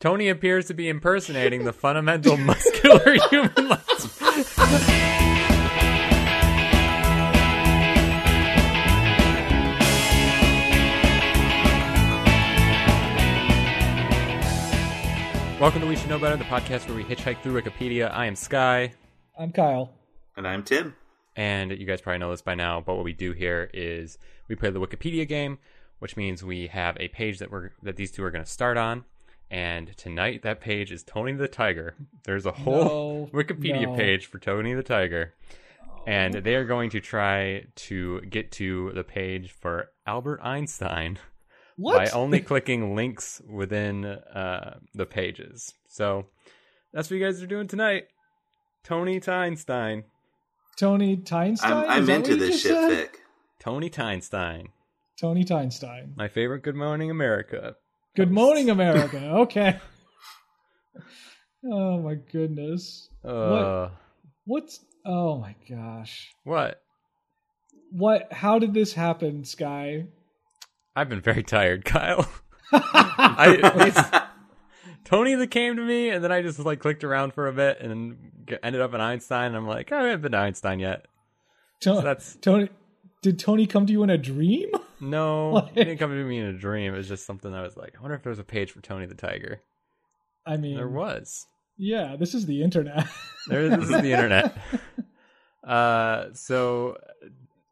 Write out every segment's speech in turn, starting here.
Tony appears to be impersonating the fundamental muscular human life. Welcome to We Should Know Better, the podcast where we hitchhike through Wikipedia. I am Sky, I'm Kyle. And I'm Tim. and you guys probably know this by now, but what we do here is we play the Wikipedia game, which means we have a page that we're that these two are going to start on. And tonight, that page is Tony the Tiger. There's a whole No, Wikipedia no. Oh. page for Tony the Tiger. And they are going to try to get to the page for Albert Einstein by What? only clicking links within uh, the pages. So that's what you guys are doing tonight. Tony to Einstein. Tony Tynstein? Is I'm, I'm that into what you this just shit, said? Vic. Tony Tynstein. Tony Tynstein. My favorite Good Morning America. Good morning, America. Okay. oh my goodness. Uh, What's? Oh my gosh. what? What? How did this happen, Sky? I've been very tired, Kyle. I, it's, Tony that came to me, and then I just like clicked around for a bit, and then g- ended up in Einstein. And I'm like, I haven't been to Einstein yet. To- that's- Tony. Did Tony come to you in a dream? No, it didn't come to me in a dream. It was just something I was like, I wonder if there was a page for Tony the Tiger. I mean, There was. yeah, this is the internet. There, this is the internet. Uh, so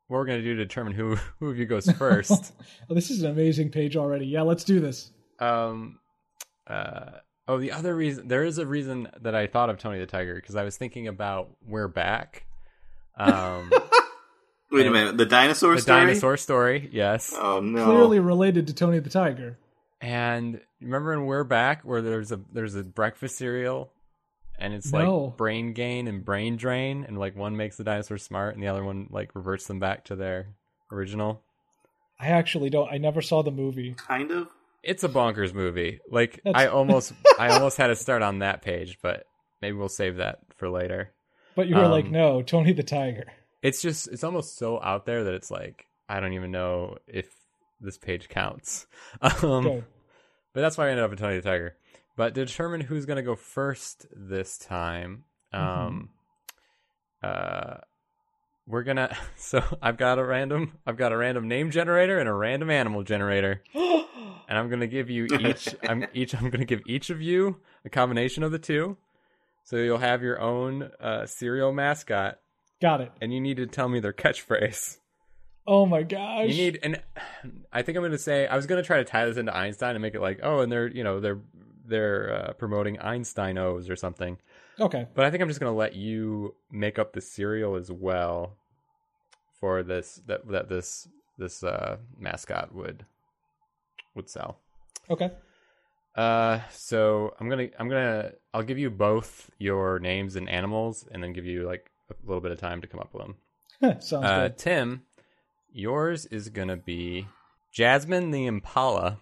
what we're gonna do to determine who who of you goes first oh, this is an amazing page already. Yeah, let's do this. um uh oh the other reason there is a reason that i thought of tony the tiger because i was thinking about we're back um Wait a minute. The dinosaur the story? dinosaur story yes Oh, no. Clearly related to Tony the Tiger. and remember in we're back where there's a there's a breakfast cereal and it's No. like brain gain and brain drain and like one makes the dinosaur smart and the other one like reverts them back to their original I actually don't. I never saw the movie. Kind of. it's a bonkers movie like i That's- almost i almost had a start on that page but maybe we'll save that for later But you were Um, like, no, Tony the Tiger. it's just it's almost so out there that it's like I don't even know if this page counts. Um, Okay. But that's why I ended up in Tony the Tiger. But to determine who's going to go first this time, um, uh, we're gonna. So I've got a random, I've got a random name generator and a random animal generator, and I'm gonna give you each. I'm each. I'm gonna give each of you a combination of the two. So you'll have your own uh, cereal mascot, Got it. and you need to tell me their catchphrase. Oh my gosh. You need, and I think I'm going to say I was going to try to tie this into Einstein and make it like, oh, and they're you know they're they're uh, promoting Einstein O's or something. okay. But I think I'm just going to let you make up the cereal as well for this that that this this uh, mascot would would sell. Okay. Uh, so I'm gonna I'm gonna I'll give you both your names and animals, and then give you like a little bit of time to come up with them. Sounds Uh, good. Tim, yours is gonna be Jasmine the Impala,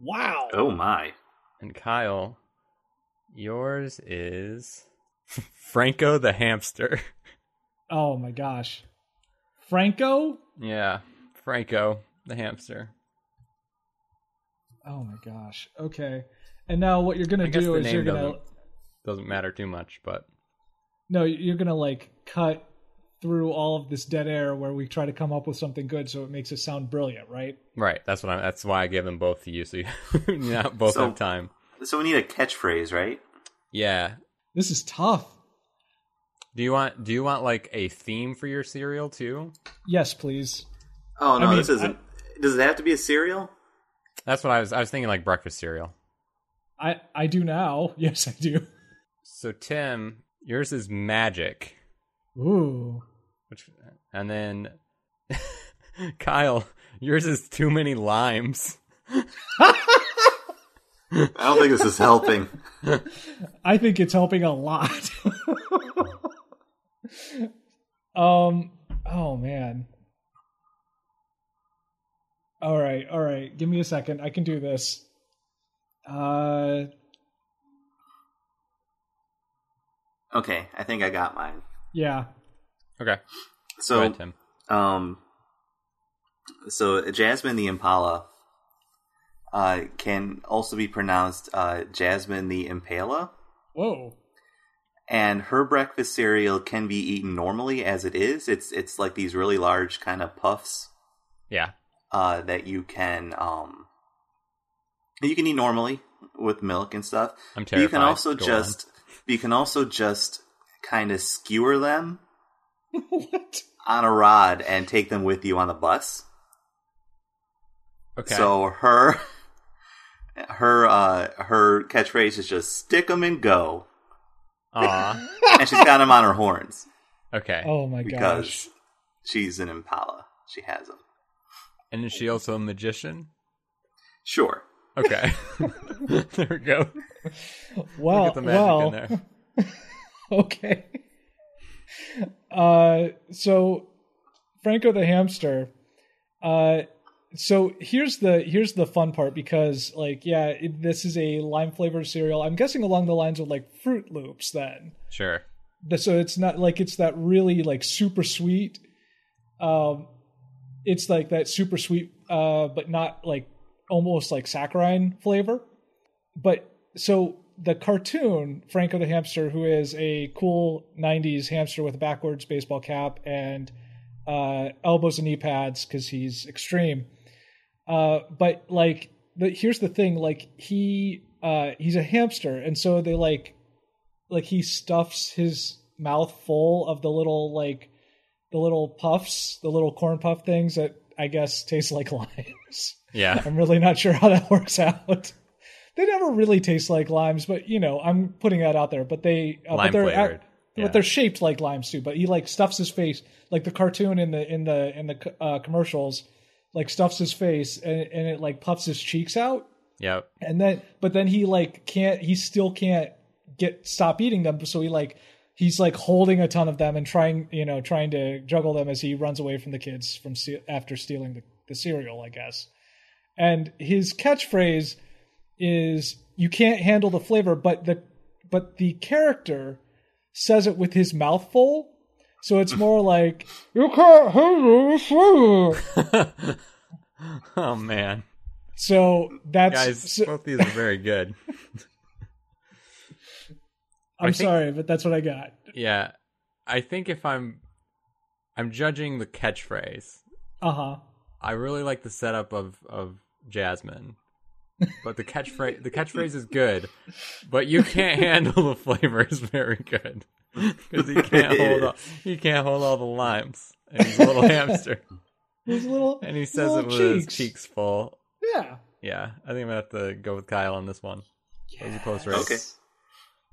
Wow. Oh, my. and Kyle, yours is Franco the Hamster. Oh my gosh. Franco? yeah, Franco the Hamster. Oh my gosh. Okay. And now what you're going I to guess do the is you're name going to doesn't doesn't matter too much, but No, you're going to like cut through all of this dead air where we try to come up with something good so it makes it sound brilliant, right? right. That's what I'm. That's why I gave them both to you, so you not both So- have time. So we need a catchphrase, right? Yeah. This is tough. Do you want Do you want like a theme for your cereal too? Yes, please. Oh, no, mean, this isn't. Does it have to be a cereal? That's what I was. I was thinking like breakfast cereal. I I do now. Yes, I do. So Tim, yours is magic. Ooh. Which and then Kyle, yours is too many limes. I don't think this is helping. I think it's helping a lot. um. Oh man. All right. All right. Give me a second. I can do this. Uh. Okay, I think I got mine. Yeah. Okay. Go So, ahead, Tim. um, so Jasmine the Impala uh, can also be pronounced uh, Jasmine the Impala. Whoa. And her breakfast cereal can be eaten normally as it is. It's it's like these really large kind of puffs Yeah. uh, that you can um, you can eat normally with milk and stuff. I'm But terrified. you can also Go on. just you can also just kind of skewer them what? on a rod and take them with you on the bus. Okay. So her her uh her catchphrase is just stick 'em and go. Aw. And she's got 'em on her horns Okay. Oh my because gosh. she's an impala. She has 'em. And is she also a magician? Sure. Okay. there we go. Well, Look at the magic in well. there. okay. Uh, so Franco the hamster. Uh, so here's the here's the fun part because like yeah, it, this is a lime flavored cereal. I'm guessing along the lines of like Fruit Loops then. Sure. The- So it's not like it's that really like super sweet. Um, it's like that super sweet, uh, but not like almost like saccharine flavor. But so the cartoon Franco the hamster, who is a cool '90s hamster with a backwards baseball cap and uh, elbows and knee pads because he's extreme. Uh, but like, the, here's the thing: like he uh, he's a hamster, and so they like like he stuffs his mouth full of the little like the little puffs, the little corn puff things that I guess taste like limes. Yeah. I'm really not sure how that works out. They never really taste like limes, but you know, I'm putting that out there. But they, uh, Lime but they're, flavored. Yeah. but they're shaped like limes too. But he like stuffs his face, like the cartoon in the in the in the uh, commercials, like stuffs his face and, and it like puffs his cheeks out Yep. and then but then he like can't he still can't get stop eating them so he like he's like holding a ton of them and trying you know trying to juggle them as he runs away from the kids from ste- after stealing the, the cereal i guess and his catchphrase is you can't handle the flavor but the but the character says it with his mouth full so it's more like you can't handle the flavor Oh man, so that's guys, so- both these are very good. i'm I think- sorry but that's what i got Yeah, I think if I'm, I'm judging the catchphrase. uh-huh I really like the setup of of Jasmine, but the catchphrase the catchphrase is good, but you can't handle the flavor is very good because he can't hold all, he can't hold all the limes and he's a little hamster His little and he says it little with his cheeks full. Yeah. Yeah, I think I'm gonna have to go with Kyle on this one. That was a close race. Okay.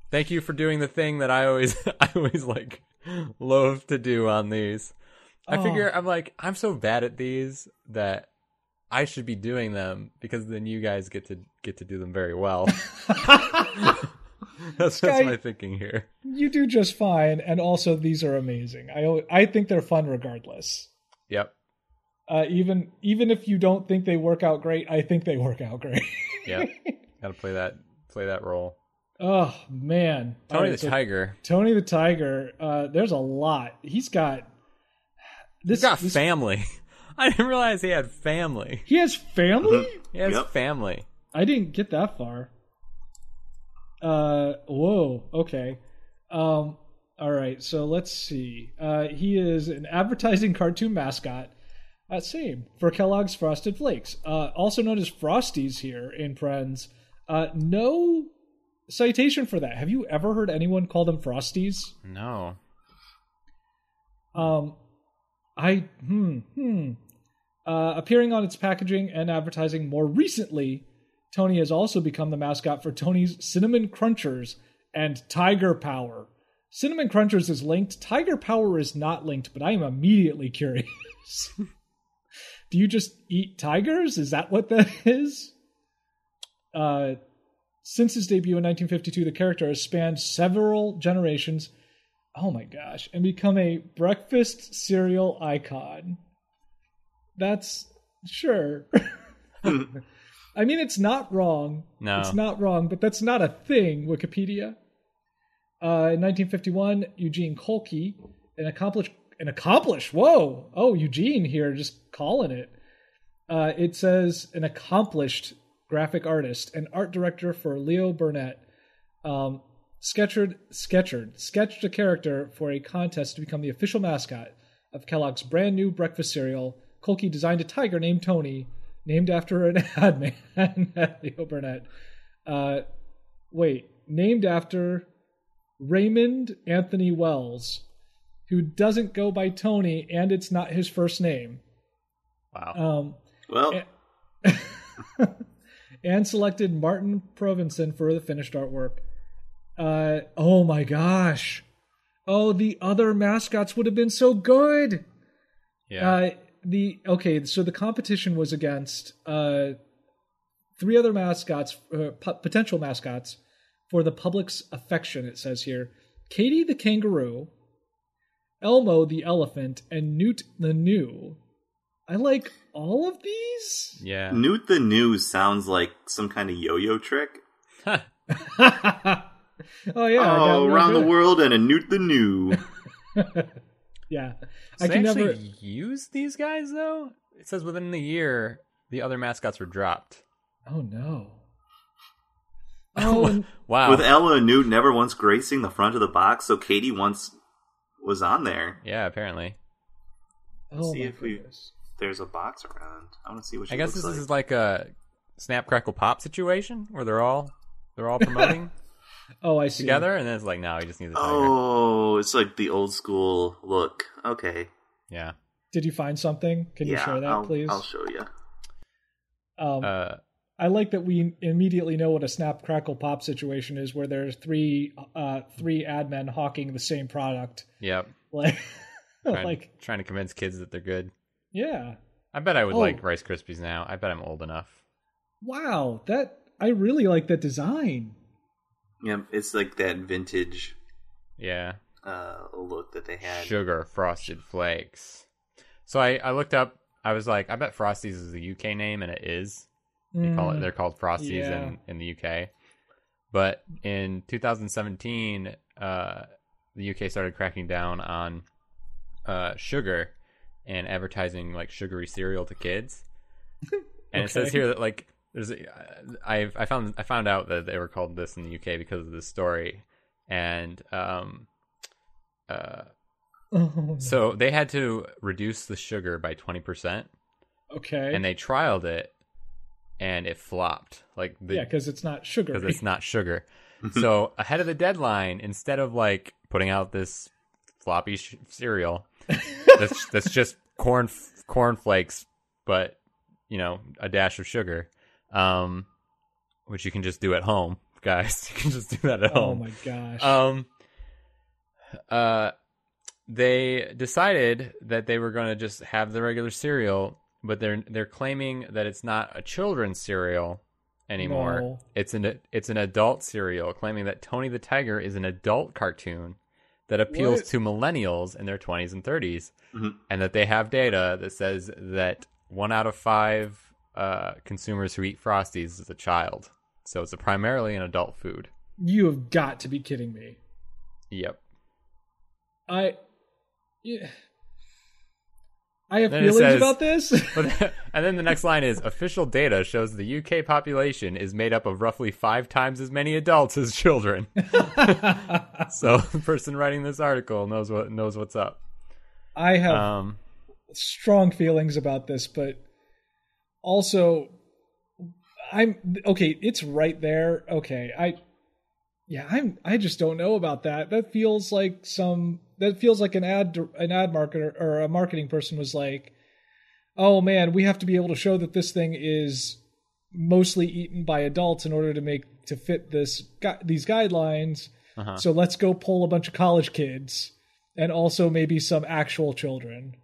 Thank you for doing the thing that I always I always like loathe to do on these. I Oh. figure I'm like I'm so bad at these that I should be doing them because then you guys get to get to do them very well. that's, Guy- that's my thinking here. You do just fine, and also these are amazing. I al- I think they're fun regardless. Yep. Uh, even even if you don't think they work out great, I think they work out great. Yep. Got to play that play that role. oh man, All Tony right, the so Tiger. Tony the Tiger. Uh, there's a lot. He's got this. He's got this- family. I didn't realize he had family. he has family. He has Yep. family. I didn't get that far. Uh, whoa, okay. Um, all right, so let's see. Uh, he is an advertising cartoon mascot. Uh, same for Kellogg's Frosted Flakes, uh, also known as Frosties here in Friends. Uh, no citation for that. Have you ever heard anyone call them Frosties? No. Um, I hmm hmm. Uh, appearing on its packaging and advertising more recently, Tony has also become the mascot for Tony's Cinnamon Crunchers and Tiger Power. Cinnamon Crunchers is linked. Tiger Power is not linked, but I am immediately curious. Do you just eat tigers? Is that what that is? Uh, since his debut in 1952, the character has spanned several generations oh my gosh, and become a breakfast cereal icon. That's sure. I mean, it's not wrong. No. It's not wrong, but that's not a thing, Wikipedia. Uh, in 1951, Eugene Kolke, an accomplished, an accomplished, whoa, oh, Eugene here, just calling it. Uh, it says an accomplished graphic artist, and art director for Leo Burnett. Um, Sketchard, Sketchard, sketched a character for a contest to become the official mascot of Kellogg's brand new breakfast cereal. Kolke designed a tiger named Tony, named after an ad man at Leo Burnett. Uh, wait, named after Raymond Anthony Wells, who doesn't go by Tony, and it's not his first name. Wow. Um, Well, Eh. and selected Martin Provenson for the finished artwork. Uh, oh my gosh. Oh, the other mascots would have been so good. Yeah. Uh, the okay, so the competition was against uh, three other mascots, uh, po- potential mascots for the public's affection. It says here: Katie the kangaroo, Elmo the elephant, and Newt the new. I like all of these. yeah. Newt the New sounds like some kind of yo-yo trick. oh yeah! I got oh, real around the good. world and a Newt the New. Yeah, So I they can actually never. use these guys though. It says within the year the other mascots were dropped. Oh no! Oh, and- wow. With Ella and Newt never once gracing the front of the box, so Katie once was on there. yeah, apparently. oh see my if we- goodness. There's a box around. I want to see what she I guess looks this like. is like a snap crackle pop situation where they're all they're all promoting Oh, I see. together, and then it's like, no, we just need the tiger. Oh, it's like the old school look. Okay. Yeah. Did you find something? Can you yeah, share that, I'll, please? I'll show you. um, Uh, I like that we immediately know what a snap crackle pop situation is, where there's three uh, three ad men hawking the same product. yep. Like, Trying, like trying to convince kids that they're good. yeah. I bet I would Oh. like Rice Krispies now. I bet I'm old enough. Wow, that I really like that design. Yeah, it's like that vintage Yeah. uh, look that they had. Sugar frosted flakes. So I, I looked up. I was like, I bet Frosties is the UK name, and it is. They call it. Mm. They're called Frosties yeah. in, in the UK. But in 2017, uh, the UK started cracking down on uh, sugar and advertising like sugary cereal to kids. And it says Okay. here that like there's a, I I found I found out that they were called this in the UK because of this story, and um, uh, Oh, so they had to reduce the sugar by twenty percent, okay. and they trialed it, and it flopped. Like the, yeah, because it's not sugar. Mm-hmm. because it's not sugar. so ahead of the deadline, instead of like putting out this floppy sh- cereal that's that's just corn corn flakes, but you know a dash of sugar, um, which you can just do at home, guys. You can just do that at oh home. my gosh. Um, uh, they decided that they were going to just have the regular cereal, but they're they're claiming that it's not a children's cereal anymore. No. It's an it's an adult cereal, claiming that Tony the Tiger is an adult cartoon that appeals What? to millennials in their twenties and 30s Mhm. and that they have data that says that one out of five uh, consumers who eat Frosties is a child. So it's a primarily an adult food. you have got to be kidding me. Yep. I. Yeah. I have Then it feelings says- about this. But, and then the next line is official data shows the UK population is made up of roughly five times as many adults as children. so the person writing this article knows what knows what's up. I have Um, strong feelings about this, but also I'm okay, it's right there. Okay. I yeah, I'm I just don't know about that. That feels like some that feels like an ad an ad marketer or a marketing person was like, "Oh man, we have to be able to show that this thing is mostly eaten by adults in order to make to fit this gu- these guidelines. Uh-huh. So let's go pull a bunch of college kids and also maybe some actual children."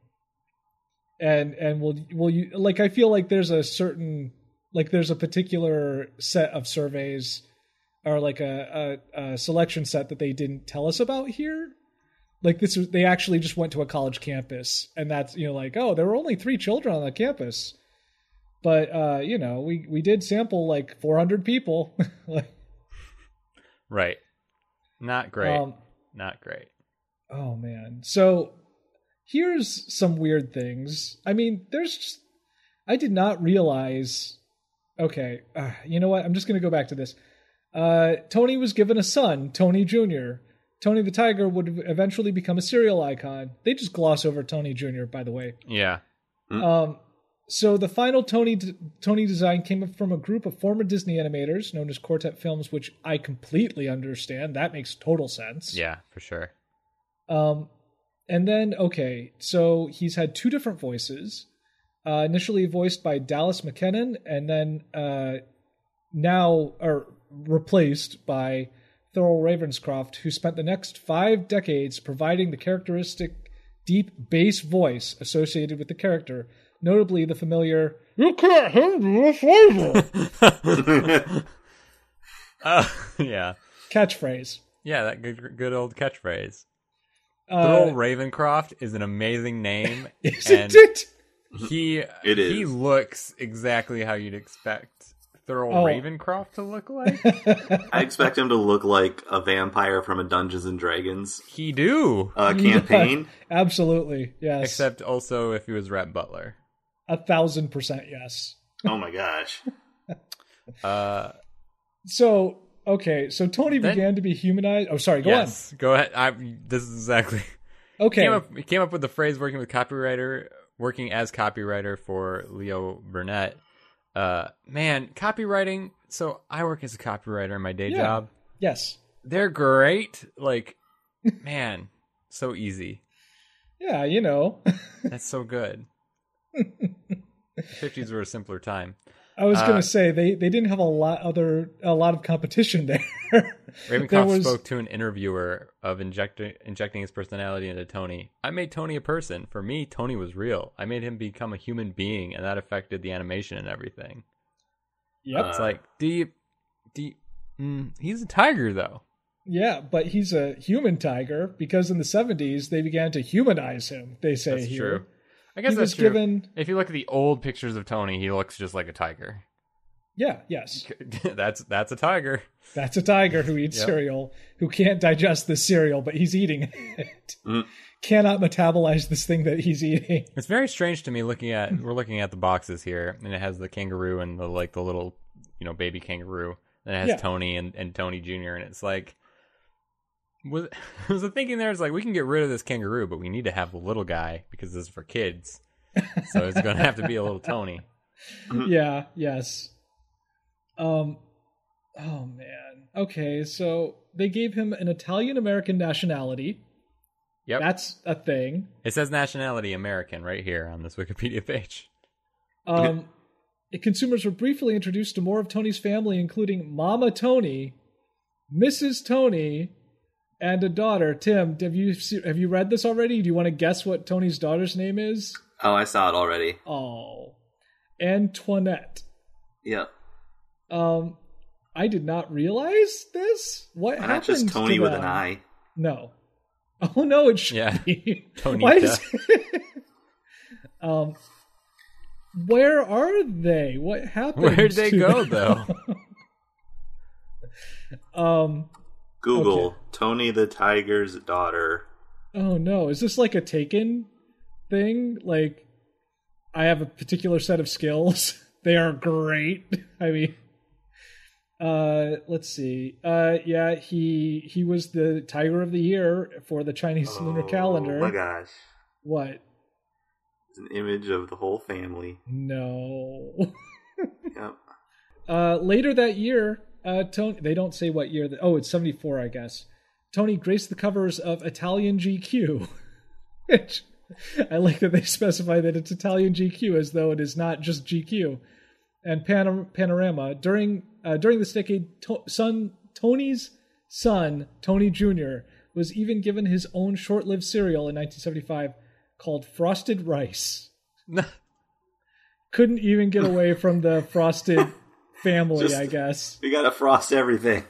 and and will will you like i feel like there's a certain like there's a particular set of surveys or like a, a, a selection set that they didn't tell us about here like this was they actually just went to a college campus and that's you know like oh there were only three children on the campus but uh you know we we did sample like 400 people like right. Not great. um Not great. Oh man. So here's some weird things. I mean, there's just I did not realize Okay, uh, you know what? I'm just going to go back to this. Uh, Tony was given a son, Tony Jr. Tony the Tiger would eventually become a serial icon. They just gloss over Tony Jr. By the way. Yeah. Hmm. Um, so the final Tony Tony design came from a group of former Disney animators known as Quartet Films, which I completely understand. That makes total sense. Yeah, for sure. Um, and then, okay, so he's had two different voices. Uh, initially voiced by Dallas McKinnon, and then uh, now or replaced by Thurl Ravenscroft, who spent the next five decades providing the characteristic deep bass voice associated with the character, notably the familiar "You can't handle the flavor" Uh, yeah. catchphrase. Yeah, that good, good old catchphrase. Uh, Thurl Ravencroft is an amazing name. isn't and- it? He It he is. looks exactly how you'd expect Thurl Oh. Ravencroft to look like. I expect him to look like a vampire from a Dungeons and Dragons he do. uh, campaign. Absolutely, yes. Except also if he was Rhett Butler. a thousand percent, yes. Oh my gosh. Uh, So okay, so Tony Then- began to be humanized. Oh, sorry, go yes, go ahead. I, this is exactly. on. Okay, Came up, he came up with the phrase working with copywriter, working as copywriter for Leo Burnett. Uh, man, copywriting. So I work as a copywriter in my day Yeah. job. yes, They're great. Like, man, so easy. yeah, you know, That's so good. the 50s were a simpler time. I was Uh, gonna say they they didn't have a lot other a lot of competition there. There Ravencroft was- spoke to an interviewer of injecting injecting his personality into Tony. I made Tony a person. For me, Tony was real. I made him become a human being, and that affected the animation and everything. yep. It's Uh. like deep, deep. Mm, he's a tiger, though. yeah, but he's a human tiger because in the seventies they began to humanize him. They say That's here. true. I guess he that's was true. given If you look at the old pictures of Tony, he looks just like a tiger. yeah yes that's that's a tiger. that's a tiger who eats Yep. cereal who can't digest this cereal but he's eating it Mm. cannot metabolize this thing that he's eating It's very strange to me looking at we're looking at the boxes here, and it has the kangaroo and the like the little you know baby kangaroo, and it has Yeah. Tony and, and Tony Junior, and it's like was was the thinking there is like we can get rid of this kangaroo, but we need to have the little guy because this is for kids, so it's going to have to be a little Tony. Mm. yeah yes um oh man okay so they gave him an italian american nationality Yep. that's a thing It says nationality American right here on this Wikipedia page. um consumers were briefly introduced to more of tony's family including mama tony mrs tony and a daughter tim have you se- have you read this already do you want to guess what tony's daughter's name is Oh, I saw it already. oh antoinette Yeah. um i did not realize this what Why not happened just to Tony with an them? eye? No. Oh no, it should Yeah. be. Tonita. Why is um where are they? What happened? Where'd they to go them? though? Um Google Okay. Tony the Tiger's daughter. oh no, is this like a taken thing? Like I have a particular set of skills. They are great. I mean uh let's see. Uh yeah, he he was the tiger of the year for the Chinese lunar calendar. Oh my gosh. What? It's an image of the whole family. No. Yep. Uh, later that year, uh, Tony, they don't say what year. That, oh, it's 74, I guess. Tony graced the covers of Italian GQ. Which I like that they specify that it's Italian GQ as though it is not just GQ. And Panor- Panorama. During, uh, during this decade, to- son, Tony's son, Tony Jr., was even given his own short lived cereal in 1975 called Frosted Rice. Couldn't even get away from the Frosted family, Just- I guess. We gotta frost everything.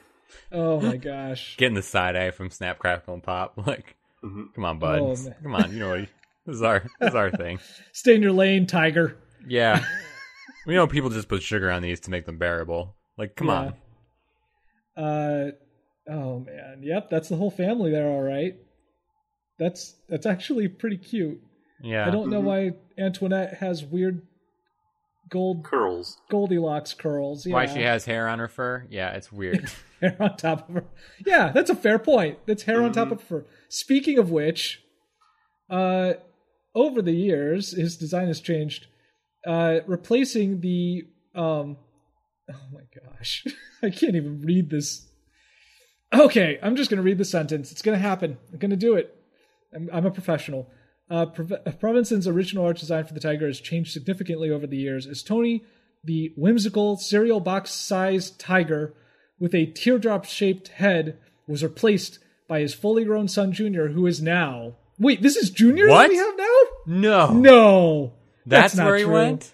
Oh my gosh. Getting the side eye from Snap Crackle and Pop. Like, Mhm. come on, bud. Oh, man. come on, you know what- this is our this is our thing. Stay in your lane, tiger. Yeah. we know people just put sugar on these to make them bearable. Like, come Yeah. on. Uh oh man. Yep, that's the whole family there, all right. That's that's actually pretty cute. Yeah. I don't know Mhm. why Antoinette has weird gold curls. Goldilocks curls. Yeah. Why she has hair on her fur? Yeah, it's weird. hair on top of her. Yeah, that's a fair point. That's hair on top Mm-hmm. Mhm. of her. Speaking of which, uh, over the years, his design has changed, uh, replacing the. Um, oh my gosh, I can't even read this. Okay, I'm just going to read the sentence. It's going to happen. I'm going to do it. I'm, I'm a professional. Uh, Prov- Provinson's original art design for the tiger has changed significantly over the years as Tony, the whimsical cereal box sized tiger with a teardrop shaped head, was replaced by his fully grown son Junior, who is now. Wait, this is Junior that What? we have now? no, No. that's, not where he true. went.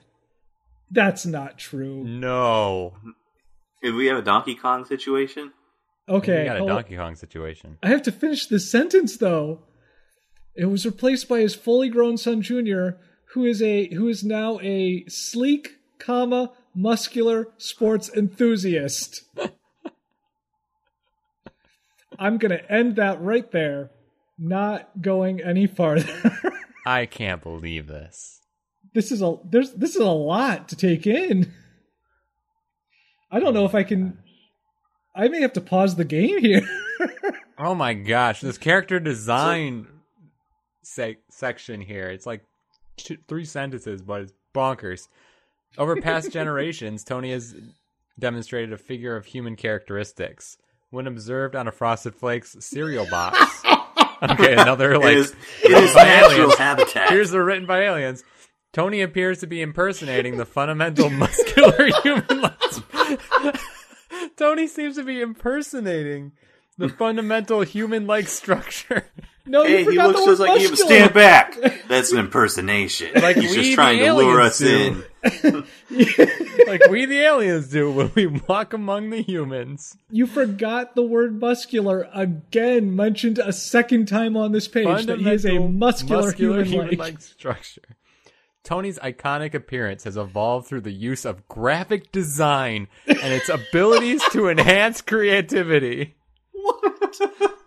That's not Mm. true. No, Did we have a Donkey Kong situation? Okay. we got a hold- Donkey Kong situation. I have to finish this sentence though. It was replaced by his fully grown son Junior, who is a who is now a sleek, comma, muscular sports enthusiast. I'm gonna end that right there. Not going any farther. I can't believe this. this is a there's this is a lot to take in. I don't know if I can I may have to pause the game here. Oh my gosh, this character design sec- section here. It's like two, three sentences, but it's bonkers. Over past generations, Tony has demonstrated a figure of human characteristics. When observed on a Frosted Flakes cereal box. okay, another like it is, it is natural aliens. habitat. Here's the written by aliens. Tony appears to be impersonating the fundamental muscular human. Like... Tony seems to be impersonating the fundamental human-like structure, No, hey, you he forgot looks the just word like you. muscular. Stand back. That's an impersonation. Like He's we, just the trying to lure aliens, us do. in. like we the aliens do when we walk among the humans. You forgot the word muscular again, mentioned a second time on this page that he is a Fundamental muscular, human, like. human-like structure. Tony's iconic appearance has evolved through the use of graphic design and its abilities to enhance creativity. What?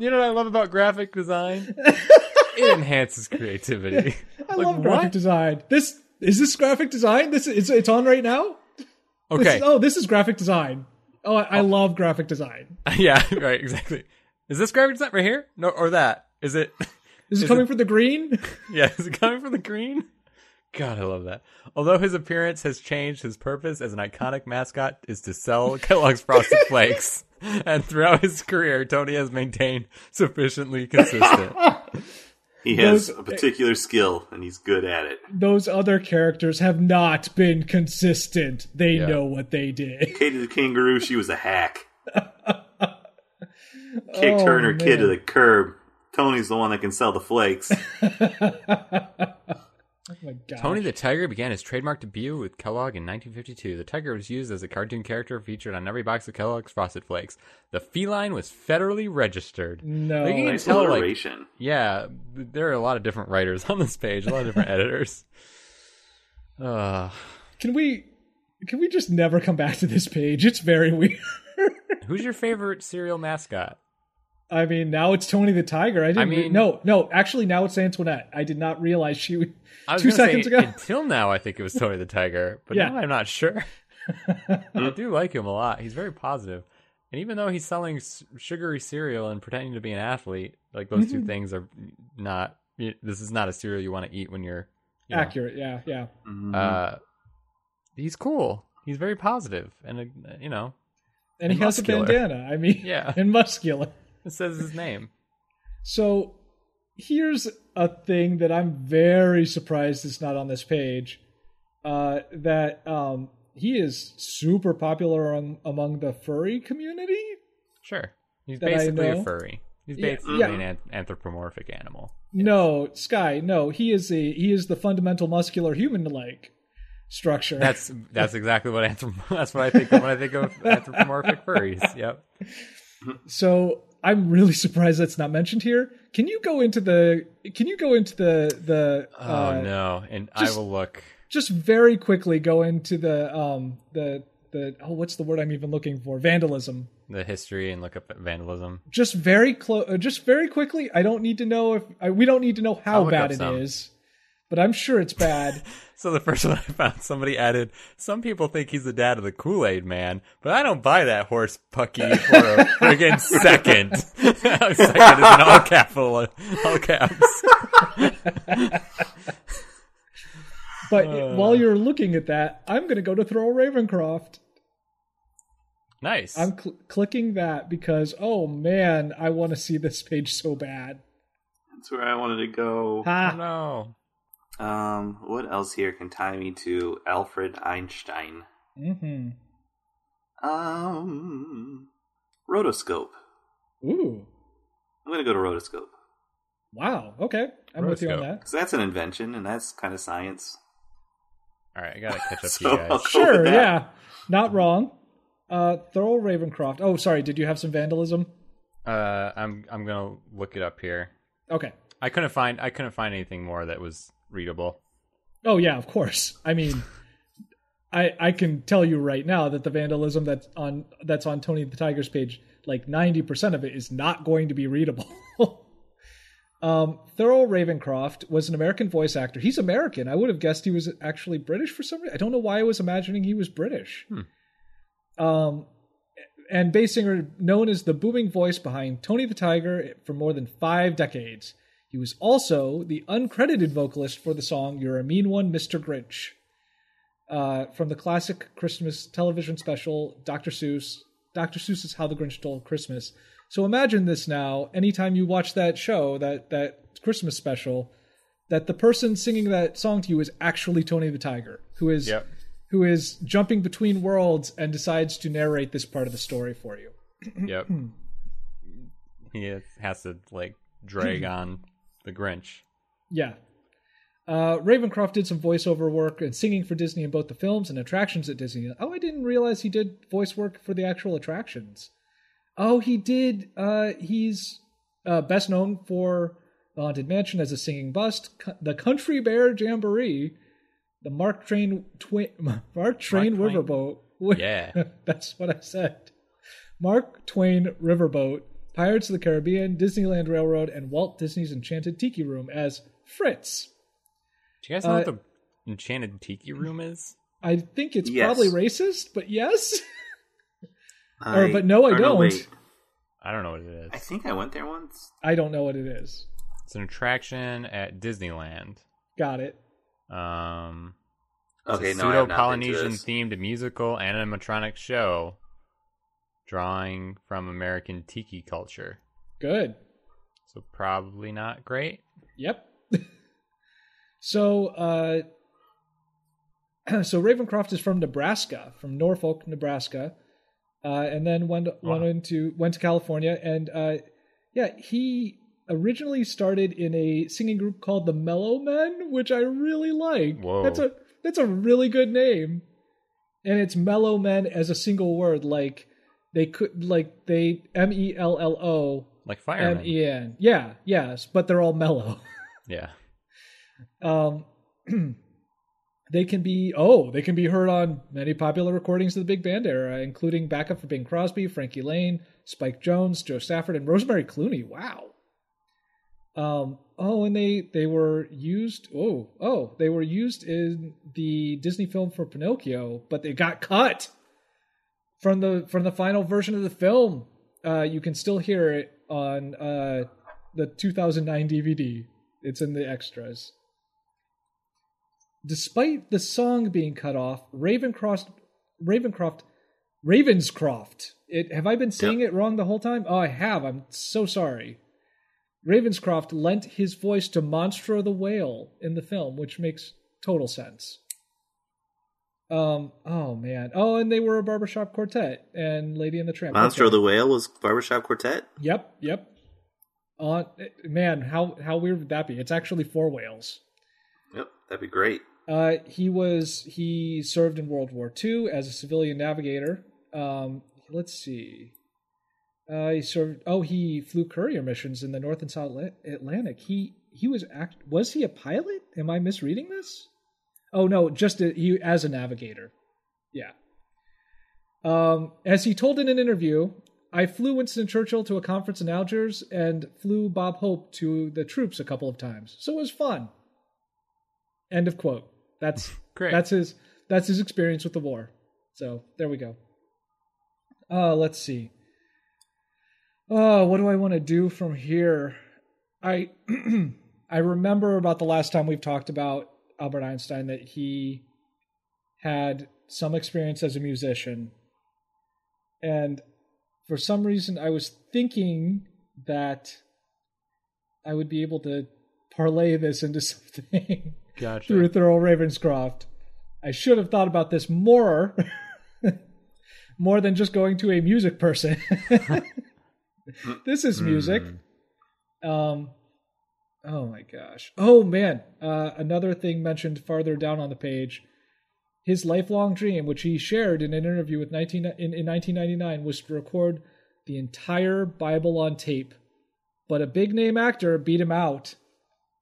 You know what I love about graphic design? it enhances creativity. I Like, love graphic what? design. This is this graphic design. This is it's on right now. This Okay. is- oh, this is graphic design. Oh, I, I love graphic design. yeah, right, exactly. Is this graphic design right here? No, or that? Is it? Is it Is coming from the green? Yeah, is it coming from the green? God, I love that. Although his appearance has changed, his purpose as an iconic mascot is to sell Kellogg's Frosted Flakes. And throughout his career, Tony has maintained sufficiently consistent. He has Those- a particular skill, and he's good at it. Those other characters have not been consistent. They Yeah. know what they did. Katie the kangaroo, she was a hack. Kicked Oh, her and her kid to man. the curb. Tony's the one that can sell the flakes. Oh my god. Tony the Tiger began his trademark debut with Kellogg in 1952. The tiger was used as a cartoon character featured on every box of Kellogg's Frosted Flakes. The feline was federally registered. no. Like, you can nice tell, like- alliteration. Yeah, there are a lot of different writers on this page, a lot of different editors. Uh, Can we can we just never come back to this page? It's very weird. who's your favorite cereal mascot? I mean, now it's Tony the Tiger. I didn't. I re- mean- no, no. Actually, now it's Antoinette. I did not realize she. Would, I was Two gonna seconds say, ago. Until now, I think it was Tony the Tiger, but Yeah. now I'm not sure. I do like him a lot. He's very positive, and even though he's selling s- sugary cereal and pretending to be an athlete, like those Mm-hmm. two things are not. y- This is not a cereal you want to eat when you're you know. accurate. Mm-hmm. Yeah, yeah. Mhm. Uh, he's cool. He's very positive, and uh, you know, And, And he has a muscular. bandana. I mean, Yeah. and muscular. it says his name. So here's a thing that I'm very surprised it's not on this page. Uh, that um, he is super popular on, among the furry community. Sure, he's That I basically a know. furry. He's Yeah, basically yeah. an anth- anthropomorphic animal. No, Sky. No, he is a he is the fundamental muscular human like structure. That's that's exactly what anthrop- that's what I think of when I think of anthropomorphic furries. Yep. So I'm really surprised that's not mentioned here. Can you go into the can you go into the the Oh uh, no, and just- I will look. just very quickly go into the um the the oh what's the word I'm even looking for vandalism. the history and look up at vandalism. Just uh, very close just very quickly. I don't need to know if I, we don't need to know I'll how look bad up it some. is. but I'm sure it's bad. So the first one I found, somebody added, "Some people think he's the dad of the Kool Aid Man, but I don't buy that horse pucky for a friggin' second. second is in all capital, all caps. But Uh. while you're looking at that, I'm going to go to Throw Ravencroft. Nice. I'm cl- clicking that because, oh man, I want to see this page so bad. That's where I wanted to go. Oh, Ha! no. Um, what else here can tie me to Alfred Einstein? hmm Um, rotoscope. Ooh. I'm gonna go to rotoscope Wow. Okay. I'm with you on Rotoscope. that. because that's an invention and that's kind of science. All right, I gotta catch up to So- you guys. Go with Sure. that. Yeah. Not wrong. Uh, Thurl Ravencroft. Oh, sorry. Did you have some vandalism? Uh, I'm I'm gonna look it up here. Okay. I couldn't find I couldn't find anything more that was readable. Oh yeah, of course. I mean, I I can tell you right now that the vandalism that's on that's on Tony the Tiger's page, like ninety percent of it is not going to be readable. um, Thurl Ravencroft was an American voice actor. He's American. I would have guessed he was actually British for some reason. I don't know why I was imagining he was British. Um, and Basinger, known as the booming voice behind Tony the Tiger for more than five decades. He was also the uncredited vocalist for the song You're a Mean One, Mr. Grinch, uh, from the classic Christmas television special Dr. Seuss. Dr. Seuss is How the Grinch Stole Christmas. So imagine this now, anytime you watch that show, that, that Christmas special, that the person singing that song to you is actually Tony the Tiger, who is Yep. who is jumping between worlds and decides to narrate this part of the story for you. Yep. he has to like drag on the Grinch. Yeah. Uh, Ravencroft did some voiceover work and singing for Disney in both the films and attractions at Disney. Oh, I didn't realize he did voice work for the actual attractions. Oh, he did. Uh, he's uh, best known for The Haunted Mansion as a singing bust, Cu- The Country Bear Jamboree, the Mark Train twi- Mark Train Twain. Riverboat. Yeah. That's what I said. Mark Twain Riverboat, Pirates of the Caribbean, Disneyland Railroad, and Walt Disney's Enchanted Tiki Room as Fritz. Do you guys know what Uh, the enchanted tiki room is? I think it's Yes. probably racist, but yes. I, Oh, but no, I or don't. wait. I don't know what it I is. think I went there once. I don't know what it is. It's an attraction at Disneyland. Got it. Um, Okay, no, pseudo I have not been to Polynesian this. themed musical animatronic show, drawing from American tiki culture. Good. So probably not great. Yep. so, uh, so Ravencroft is from Nebraska, from Norfolk, Nebraska, uh, and then went went Wow. into went to California, and uh, yeah, he originally started in a singing group called the Mellow Men, which I really like. Whoa. That's a that's a really good name, and it's Mellow Men as a single word, like they could like they M E L L O Like M firemen. E N. Yeah, yes, but they're all mellow. yeah. Um, they can be oh, they can be heard on many popular recordings of the big band era, including backup for Bing Crosby, Frankie Lane, Spike Jones, Joe Stafford, and Rosemary Clooney. Wow. Um, oh, and they they were used. Oh, oh, they were used in the Disney film for Pinocchio, but they got cut from the from the final version of the film. Uh, you can still hear it on uh, the 2009 DVD. It's in the extras. Despite the song being cut off, Ravencroft, Ravencroft, Ravenscroft. It, have I been saying it wrong the whole time? Oh, I have. I'm so sorry. Ravenscroft lent his voice to Monstro the Whale in the film, which makes total sense. Um. Oh man. Oh, and they were a barbershop quartet and Lady and the Tramp. Monster Okay. of the Whale was barbershop quartet. Yep, yep. Uh, man, how how weird would that be? It's actually four whales. Yep, that'd be great. Uh, he was he served in World War II as a civilian navigator. Um, let's see. Uh, he served. Oh, he flew courier missions in the North and South Atla- Atlantic. He he was act. Was he a pilot? Am I misreading this? Oh no, just a, he as a navigator. Yeah. Um, as he told in an interview, I flew Winston Churchill to a conference in Algiers and flew Bob Hope to the troops a couple of times. So it was fun. End of quote. That's Great. that's his that's his experience with the war. So there we go. Uh, let's see. Uh, what do I want to do from here? I I remember about the last time we've talked about Albert Einstein that he had some experience as a musician, and for some reason I was thinking that I would be able to parlay this into something gotcha. through Thurl Ravenscroft. I should have thought about this more, more than just going to a music person. this is music. Um, oh my gosh. Oh man. Uh, another thing mentioned farther down on the page. His lifelong dream, which he shared in an interview with 19, in, in 1999, was to record the entire Bible on tape. But a big name actor beat him out.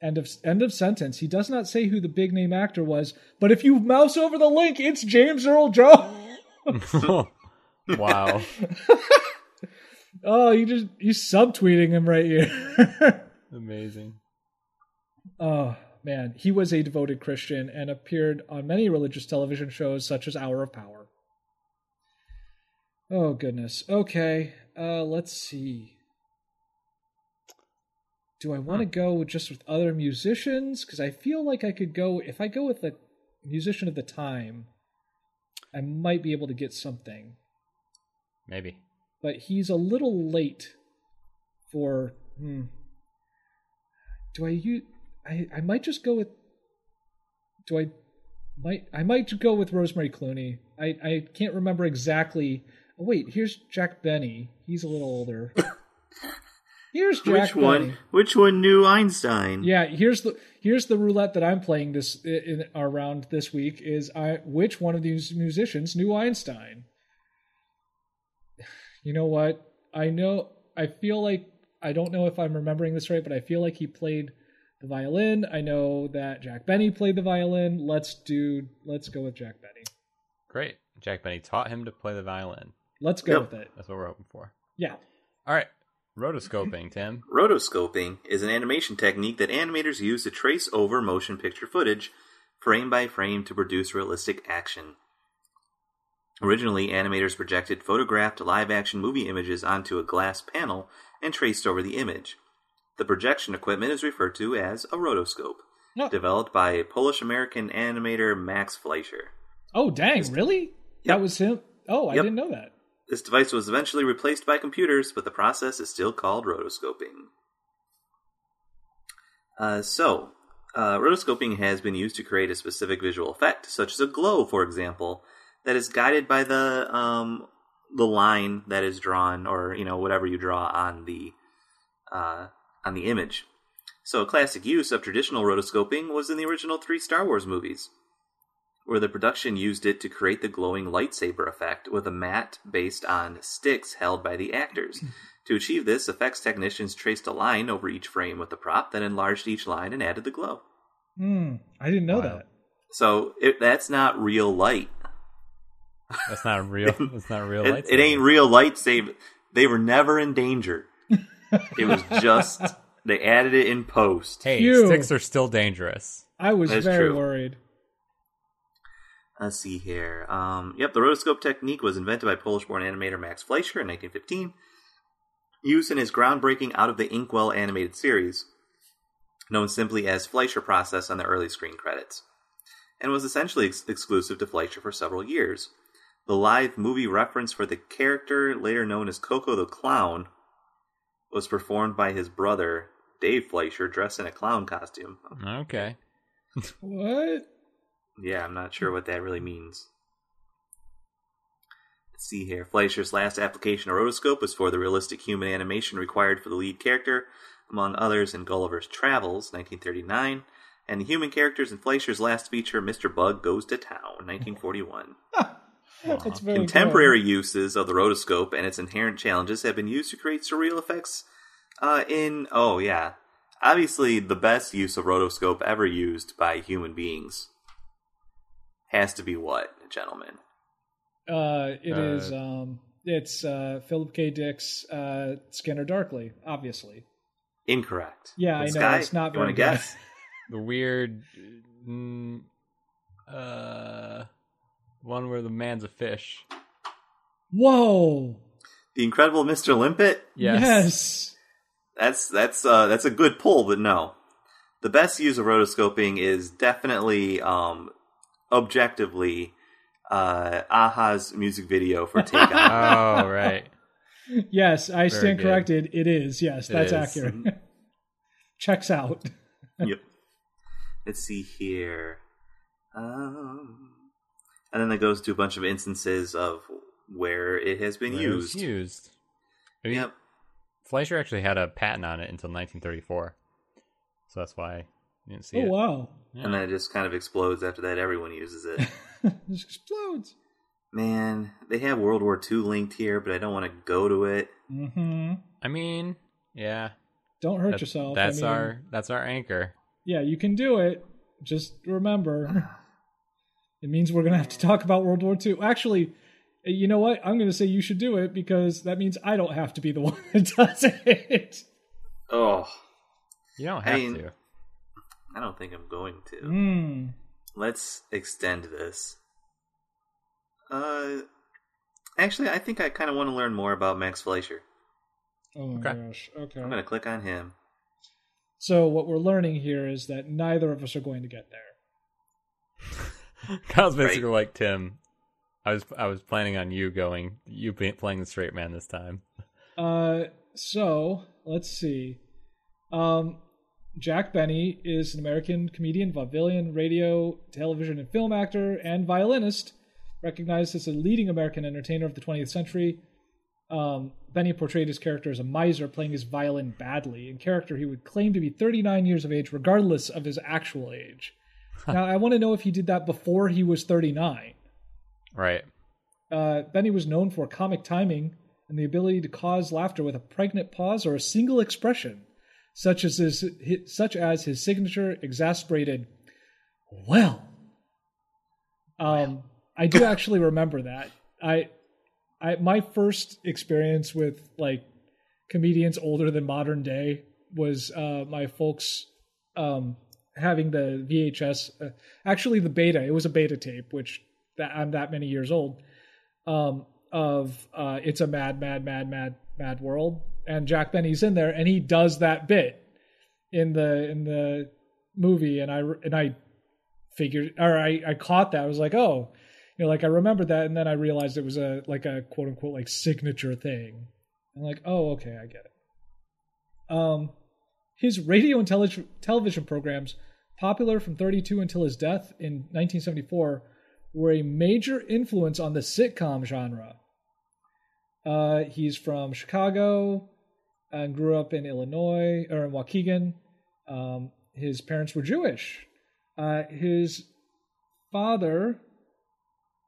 End of end of sentence. He does not say who the big name actor was, but if you mouse over the link, it's James Earl Jones. wow. Oh, you just you subtweeting him right here. Amazing. Oh man, he was a devoted Christian and appeared on many religious television shows such as Hour of Power. Oh goodness. Okay, uh, let's see. Do I want to go just with other musicians? Because I feel like I could go if I go with a musician of the time. I might be able to get something, Maybe. but he's a little late for. Hmm, do I use? I I might just go with. Do I might I might go with Rosemary Clooney. I I can't remember exactly. Oh, wait, here's Jack Benny. He's a little older. Here's Jack Which one? Benny. Which one knew Einstein? Yeah, here's the here's the roulette that I'm playing this in, in our round this week is I which one of these musicians knew Einstein? You know what? I know I feel like I don't know if I'm remembering this right, but I feel like he played the violin. I know that Jack Benny played the violin. Let's do let's go with Jack Benny. Great. Jack Benny taught him to play the violin. Let's go Yep. with it. That's what we're hoping for. Yeah. All right. Rotoscoping, Tim. Rotoscoping is an animation technique that animators use to trace over motion picture footage, frame by frame, to produce realistic action. Originally, animators projected photographed live action movie images onto a glass panel and traced over the image. The projection equipment is referred to as a rotoscope, No. developed by Polish American animator Max Fleischer. Oh dang, really? That was him? Oh, I Yep. didn't know that. This device was eventually replaced by computers, but the process is still called rotoscoping. Uh, so, uh, rotoscoping has been used to create a specific visual effect, such as a glow, for example, that is guided by the um, the line that is drawn, or you know whatever you draw on the uh, on the image. So, a classic use of traditional rotoscoping was in the original three Star Wars movies where the production used it to create the glowing lightsaber effect with a mat based on sticks held by the actors. Hmm. to achieve this, effects technicians traced a line over each frame with a prop, then enlarged each line and added the glow. Hmm. I didn't know Wow. that. So it, that's not real light. That's not real. That's not real. It, lightsaber. it ain't real lightsaber. They were never in danger. it was just they added it in post. Hey, Phew. sticks are still dangerous. I was That's very true. worried. Let's see here. Um, yep, the rotoscope technique was invented by Polish-born animator Max Fleischer in 1915, used in his groundbreaking Out of the Inkwell animated series, known simply as Fleischer Process on the early screen credits, and was essentially ex- exclusive to Fleischer for several years. The live movie reference for the character, later known as Coco the Clown, was performed by his brother, Dave Fleischer, dressed in a clown costume. Okay. What? Yeah, I'm not sure what that really means. Let's see here. Fleischer's last application of rotoscope was for the realistic human animation required for the lead character, among others in Gulliver's Travels, 1939, and the human characters in Fleischer's last feature, Mr. Bug Goes to Town, 1941. That's very good. Contemporary uses of the rotoscope and its inherent challenges have been used to create surreal effects. Uh, in oh yeah, obviously the best use of rotoscope ever used by human beings has to be what, gentlemen? Uh, it Uh, is. Um, it's uh, Philip K. Dick's uh, Scanner Darkly, obviously. Incorrect. Yeah, I know, Sky, it's not You very want to good. guess? the weird mm, uh one where the man's a fish. Whoa. The Incredible Mr. Limpet. Yes. yes. That's that's uh, that's a good pull, but no. The best use of rotoscoping is definitely um, objectively uh, Aha's music video for Take On. Oh right. Yes, I Very stand good. corrected. It is. Yes, It is. that's accurate. Checks out. yep. Let's see here. Um, and then it goes to a bunch of instances of where it has been Well, it was used. Used. I mean, Yep. Fleischer actually had a patent on it until 1934, so that's why I didn't see Oh it. wow. And then it just kind of explodes after that. Everyone uses it. This explodes. Man, they have World War II linked here, but I don't want to go to it. Mm-hmm. I mean, yeah. Don't hurt that- yourself. I That's mean, our that's our anchor. Yeah, you can do it. Just remember, it means we're gonna have to talk about World War II. Actually, eh, you know what? I'm gonna say you should do it because that means I don't have to be the one that does it. Oh, You don't I have mean- to. I don't think I'm going to. Mm. Let's extend this. Uh, actually, I think I kind of want to learn more about Max Fleischer. Oh my Okay. gosh. Okay. I'm going to click on him. So what we're learning here is that neither of us are going to get there. Kyle's basically like Tim. I was I was planning on you going, you be- playing the straight man this time. Uh, so let's see. Um, Jack Benny is an American comedian, vaudevillian, radio, television, and film actor, and violinist, recognized as a leading American entertainer of the 20th century. Um, Benny portrayed his character as a miser, playing his violin badly. In character, he would claim to be 39 years of age, regardless of his actual age. now, I want to know if he did that before he was 39 Right. uh, Benny was known for comic timing and the ability to cause laughter with a pregnant pause or a single expression, such as his, his such as his signature exasperated "Well." Um, I do actually remember that. I, I my first experience with like comedians older than modern day was uh, my folks um, having the VHS, uh, actually the beta. It was a beta tape, which that I'm that many years old um, of uh, it's a mad, mad, mad, mad, mad world, and Jack Benny's in there, and he does that bit in the in the movie, and I and I figured or I I caught that. I was like, oh, you know, like I remembered that, and then I realized it was a like a quote unquote like signature thing. I'm like, oh, okay, I get it. Um, his radio and tele- television programs, popular from 32 until his death in 1974 were a major influence on the sitcom genre. Uh, he's from Chicago and grew up in Illinois or in Waukegan. Um, his parents were Jewish. Uh, his father,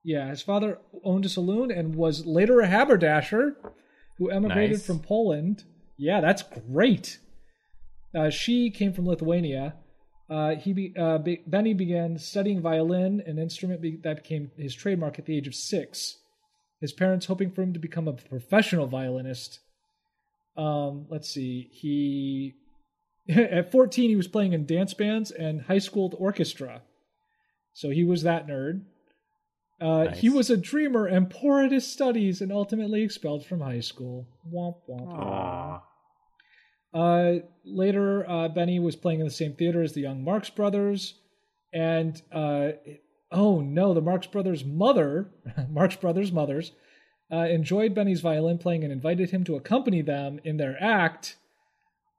yeah, his father owned a saloon and was later a haberdasher who emigrated Nice. from Poland. Yeah, that's great. Uh, she came from Lithuania. Uh, he be, uh, be, Benny began studying violin, an instrument be, that became his trademark at the age of six. His parents hoping for him to become a professional violinist. Um, let's see. He at 14 he was playing in dance bands and high school orchestra, so he was that nerd. Uh, He Nice. was a dreamer and poor at his studies, and ultimately expelled from high school. Womp womp. Aw. Uh, later, uh, Benny was playing in the same theater as the young Marx Brothers, and uh, oh no, the Marx Brothers' mother, Marx Brothers' mothers, uh, enjoyed Benny's violin playing and invited him to accompany them in their act,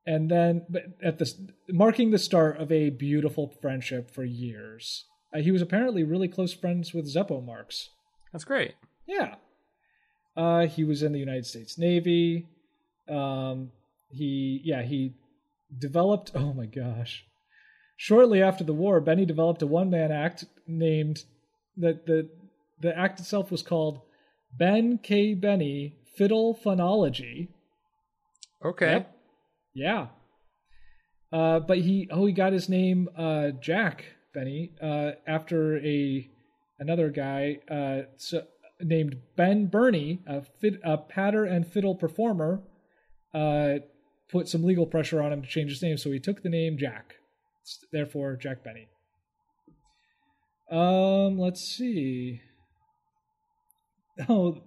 and then but at the marking the start of a beautiful friendship for years. Uh, he was apparently really close friends with Zeppo Marx. That's great. Yeah. Uh, he was in the United States Navy. Um, he, yeah, he developed, oh my gosh. Shortly after the war, Benny developed a one man act named, that the, the act itself was called Ben K. Benny Fiddle Phonology. Okay. Yep. Yeah. Uh, but he oh he got his name uh, Jack Benny uh, after a another guy uh, so, named Ben Burney, a, fid, a patter and fiddle performer, uh, put some legal pressure on him to change his name, so he took the name Jack. S- Therefore, Jack Benny. Um, let's see. Oh,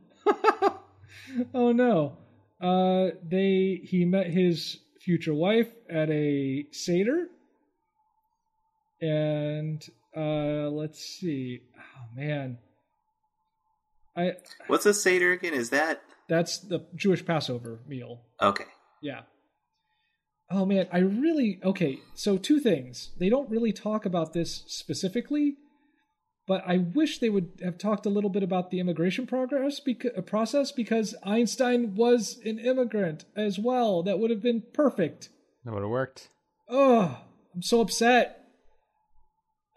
oh no. Uh, they he met his future wife at a seder, and uh, let's see. Oh man, I What's a Seder again? Is that. that's the Jewish Passover meal. Okay. Yeah. Oh man, I really okay. So two things. They don't really talk about this specifically, but I wish they would have talked a little bit about the immigration progress bec- uh, process because Einstein was an immigrant as well. That would have been perfect. That would have worked. Oh, I'm so upset.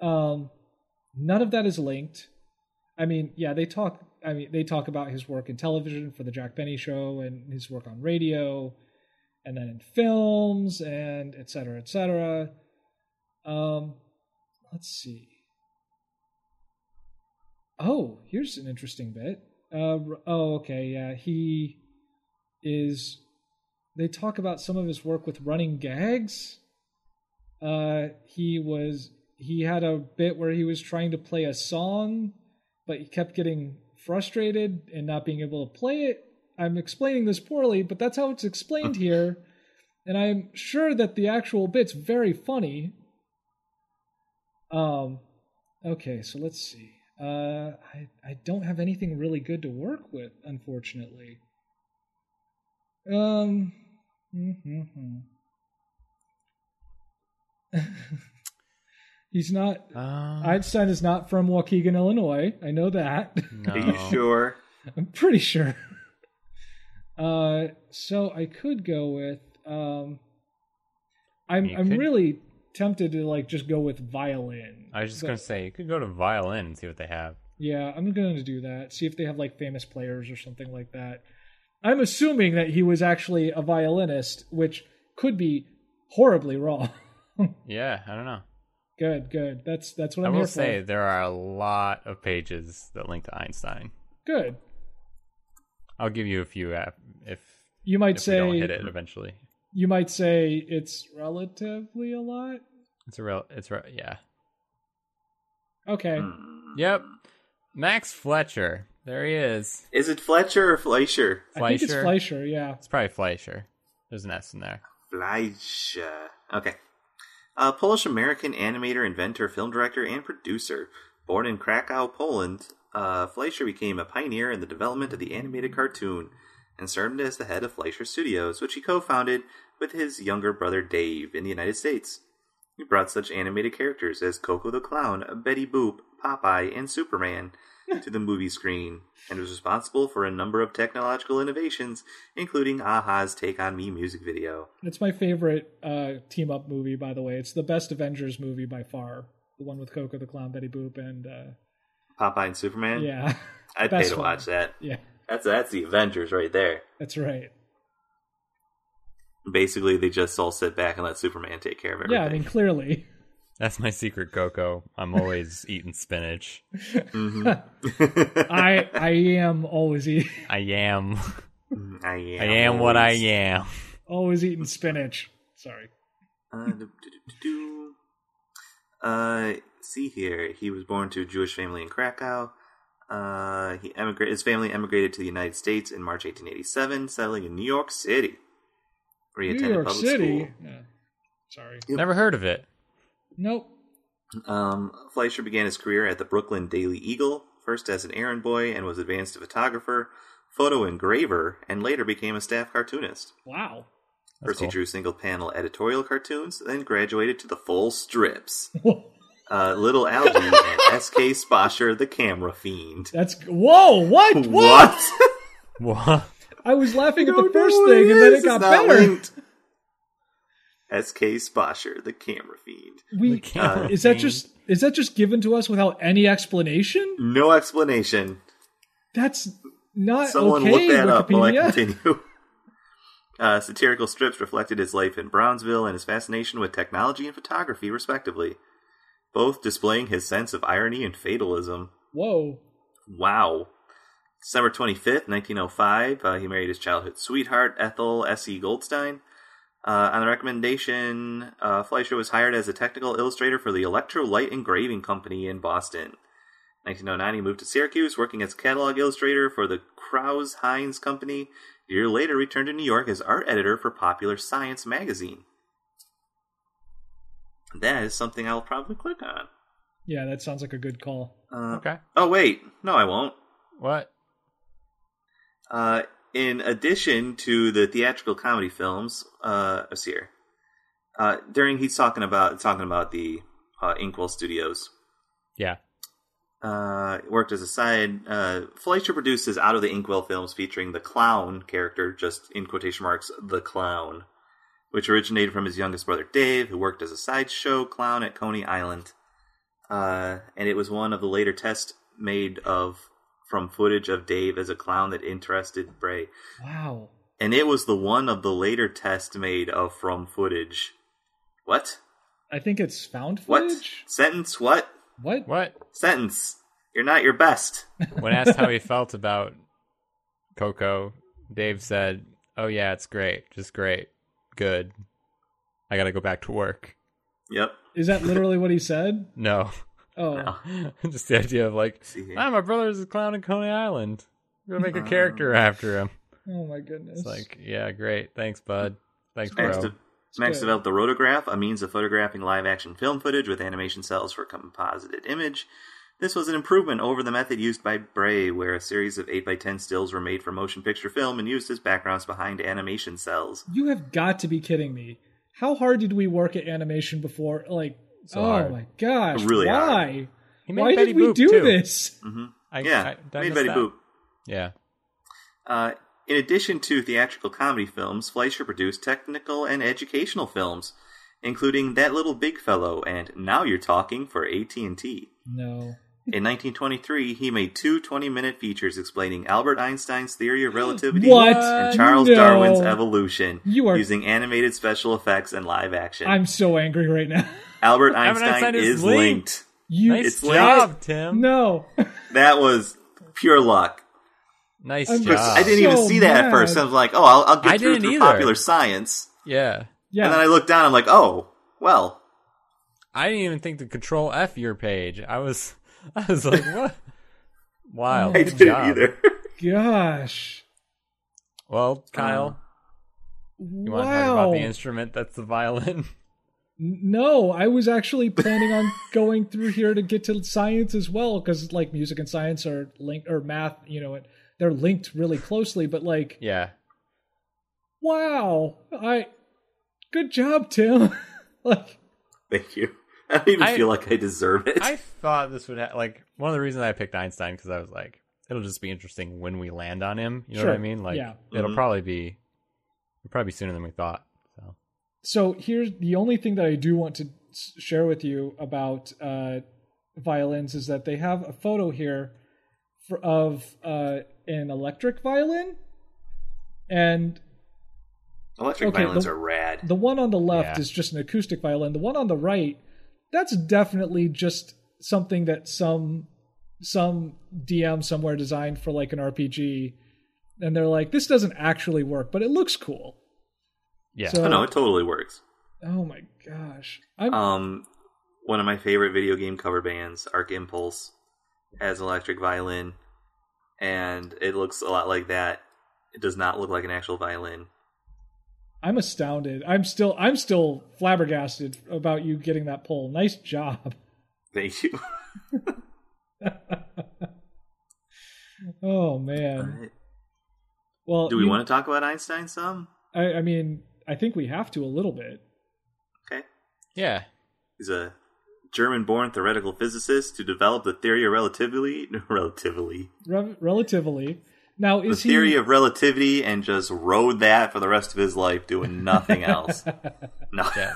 Um, none of that is linked. I mean, yeah, they talk. I mean, they talk about his work in television for the Jack Benny Show and his work on radio, and then in films and et cetera, et cetera. Um, let's see. Oh, here's an interesting bit. Uh, r- oh, okay, yeah, he is. They talk about some of his work with running gags uh, he was he had a bit where he was trying to play a song, but he kept getting frustrated and not being able to play it. I'm explaining this poorly, but that's how it's explained here, and I'm sure that the actual bit's very funny. Um, okay, so let's see. Uh, I I don't have anything really good to work with, unfortunately. Um. mhm. He's not. Um, Einstein is not from Waukegan, Illinois. I know that. no. Are you sure? I'm pretty sure. Uh, so I could go with. Um, I'm You I'm could- really tempted to like just go with violin. I was just But- gonna say you could go to violin and see what they have. Yeah, I'm going to do that. See if they have like famous players or something like that. I'm assuming that he was actually a violinist, which could be horribly wrong. Yeah, I don't know. good, good. That's that's what I I'm will here say for. there are a lot of pages that link to Einstein. Good. I'll give you a few app if You might if say we don't hit it eventually. you might say it's relatively a lot. It's a real. It's real. Yeah. Okay. Hmm. Yep. Max Fletcher. There he is. Is it Fletcher or Fleischer? I think it's Fleischer. Fleischer, yeah. It's probably Fleischer. There's an S in there. Fleischer. Okay. A Polish American animator, inventor, film director, and producer. Born in Krakow, Poland, uh, Fleischer became a pioneer in the development of the animated cartoon and served as the head of Fleischer Studios, which he co founded with his younger brother Dave in the United States. He brought such animated characters as Coco the Clown, Betty Boop, Popeye, and Superman to the movie screen, and was responsible for a number of technological innovations, including Aha's Take On Me music video. It's my favorite uh, team up movie, by the way. It's the best Avengers movie by far. The one with Coco the Clown, Betty Boop, and uh, Popeye and Superman. yeah, I'd pay best to one. watch that. yeah, That's that's the Avengers right there. that's right. Basically, they just all sit back and let Superman take care of everything. Yeah, I mean clearly, That's my secret, Coco. I'm always eating spinach. Mm-hmm. Mhm. I I am always eat, I am. I am. I am what I always- am. always eating spinach. Sorry. Uh, do- do- do- do- do. Uh, see here. He was born to a Jewish family in Krakow. Uh, he emigrated. His family emigrated to the United States in March 1887, settling in New York City. Where he New attended York public City. school. Yeah. Sorry. Yep. Never heard of it. Nope. Um, Fleischer began his career at the Brooklyn Daily Eagle, first as an errand boy, and was advanced to photographer, photo engraver, and later became a staff cartoonist. Wow. That's first, cool. he drew single panel editorial cartoons, then graduated to the full strips. Uh, Little Algie and S.K. Sposher, the camera fiend. That's whoa. What? What? What? I was laughing at No, the first no, thing, and then is. it got It's not better. linked. S.K. Sposher, the camera fiend. We The camera Uh, is that thing. just is that just given to us without any explanation? No explanation. That's not Someone okay. look that up while I Wikipedia. continue. Uh, satirical strips reflected his life in Brownsville and his fascination with technology and photography, respectively, both displaying his sense of irony and fatalism. Whoa. Wow. December oh 25th, 1905, uh, he married his childhood sweetheart, Ethel S.E. E. Goldstein. Uh, on the recommendation, uh, Fleischer was hired as a technical illustrator for the Electro Light Engraving Company in Boston. 1909, he moved to Syracuse, working as catalog illustrator for the Krause Heinz Company. A year later, returned to New York as art editor for Popular Science magazine. That is something I'll probably click on. Yeah, that sounds like a good call. Uh, Okay. Oh wait, no, I won't. What? Uh, in addition to the theatrical comedy films, uh, let's see here. Uh, during he's talking about talking about the uh, Inkwell Studios. Yeah. Uh, worked as a side. Uh, Fleischer produced his Out of the Inkwell films featuring the clown character, just in quotation marks, the clown, which originated from his youngest brother Dave, who worked as a sideshow clown at Coney Island. Uh, and it was one of the later tests made of from footage of Dave as a clown that interested Bray Wow. and it was the one of the later test made of from footage. What? I think it's found What? footage. Sentence? What? What? What? Sentence? You're not your best. When asked how he felt about Coco, Dave said, "Oh yeah, it's great. Just great. Good. I got to go back to work." Yep. Is that literally what he said? No. Oh, No. Just the idea of like, See here. ah, my brother's a clown in Coney Island. We're gonna make Oh. a character after him. oh my goodness. It's like, yeah, great. Thanks, bud. Thanks, Max, bro. de- Max good. developed the rotograph, a means of photographing live action film footage with animation cells for composited image. This was an improvement over the method used by Bray, where a series of 8x10 stills were made for motion picture film and used as backgrounds behind animation cells. you have got to be kidding me. How hard did we work at animation before? Like, So oh hard. my gosh, Really hard. why? He made Why Betty did we Boop, do too. this? hmm I, I, Yeah, I made missed Betty that. Boop. Yeah. Uh, in addition to theatrical comedy films, Fleischer produced technical and educational films, including That Little Big Fellow and Now You're Talking for AT&T. No. In 1923, he made two 20-minute features explaining Albert Einstein's theory of relativity What? and Charles No. Darwin's evolution You are- using animated special effects and live action. I'm so angry right now. Albert Albert Einstein, Einstein is is linked. You Nice It's like- job, Tim. no. That was pure luck. Nice I'm job. just- I didn't even So see that at mad. first. I was like, oh, I'll, I'll get I through didn't through either. popular science. yeah. Yeah. And then I look down, I'm like, oh, well, I didn't even think to control F your page. I was I was like, what? Wild. I Good didn't job. gosh. Well, Kyle, you want to talk wow. about the instrument that's the violin? No, I was actually planning on going through here to get to science as well because like music and science are linked or math, you know, it, they're linked really closely. But like, yeah. wow, I good job, Tim. like, Thank you. I don't even I- feel like I deserve it. I thought this would ha- like one of the reasons I picked Einstein because I was like, it'll just be interesting when we land on him. You know Sure. what I mean? Like, Yeah. it'll Mhm. probably be it'll probably be sooner than we thought. So so here's the only thing that I do want to s- share with you about uh, violins is that they have a photo here for, of uh, an electric violin, and Electric okay, violins the- are rad. The one on the left Yeah. is just an acoustic violin. The one on the right, that's definitely just something that some some DM somewhere designed for like an RPG, and they're like, this doesn't actually work, but it looks cool. yeah, So- oh, no, it totally works. Oh my gosh, I'm Um, one of my favorite video game cover bands, Arc Impulse, has an electric violin, and it looks a lot like that. It does not look like an actual violin. I'm astounded. I'm still I'm still flabbergasted about you getting that poll. Nice job. Thank you. Oh man. Well, Um, Do we you- want to talk about Einstein some? I, I mean, I think we have to a little bit. Okay. yeah. He's a German-born theoretical physicist who developed the theory of relativity. Relatively. Re- relatively. Now, the is theory he? of relativity and just rode that for the rest of his life doing nothing else. no. Yeah.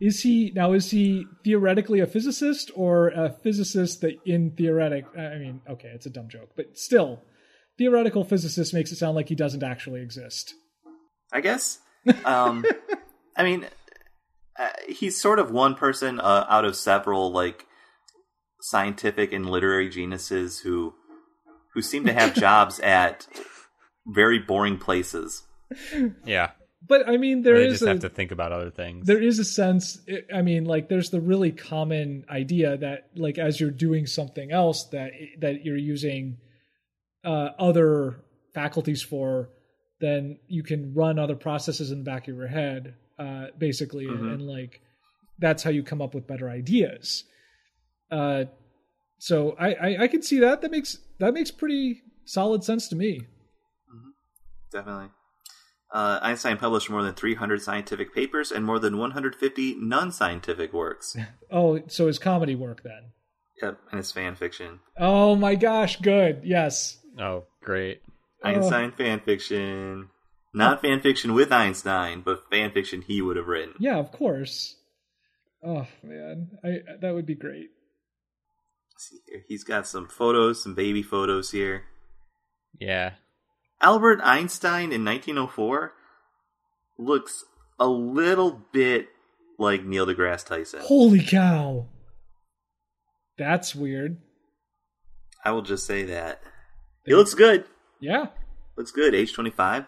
Is he now? Is he theoretically a physicist or a physicist that in theoretic? I mean, okay, it's a dumb joke, but still, theoretical physicist makes it sound like he doesn't actually exist. I guess. Um, I mean, uh, he's sort of one person uh, out of several like scientific and literary geniuses who who seem to have jobs at very boring places. Yeah. but I mean, there they is just a, have to think about other things. there is a sense i- i mean like there's the really common idea that like as you're doing something else that that you're using uh, other faculties for then you can run other processes in the back of your head uh, basically and, Mhm. and like that's how you come up with better ideas uh, so I, I i can see that that makes that makes pretty solid sense to me Definitely. Uh, Einstein published more than 300 scientific papers and more than 150 non-scientific works. oh so is comedy work then yep, and it's fan fiction. oh my gosh good yes oh, Oh. great. Einstein fan fiction. Not fan fiction with Einstein, but fan fiction he would have written. Yeah, of course. Oh man, I that would be great. Let's see here. He's got some photos, some baby photos here. Yeah. Albert Einstein in 1904 looks a little bit like Neil deGrasse Tyson. Holy cow. That's weird. I will just say that. He looks good. Yeah. Looks good. Age 25.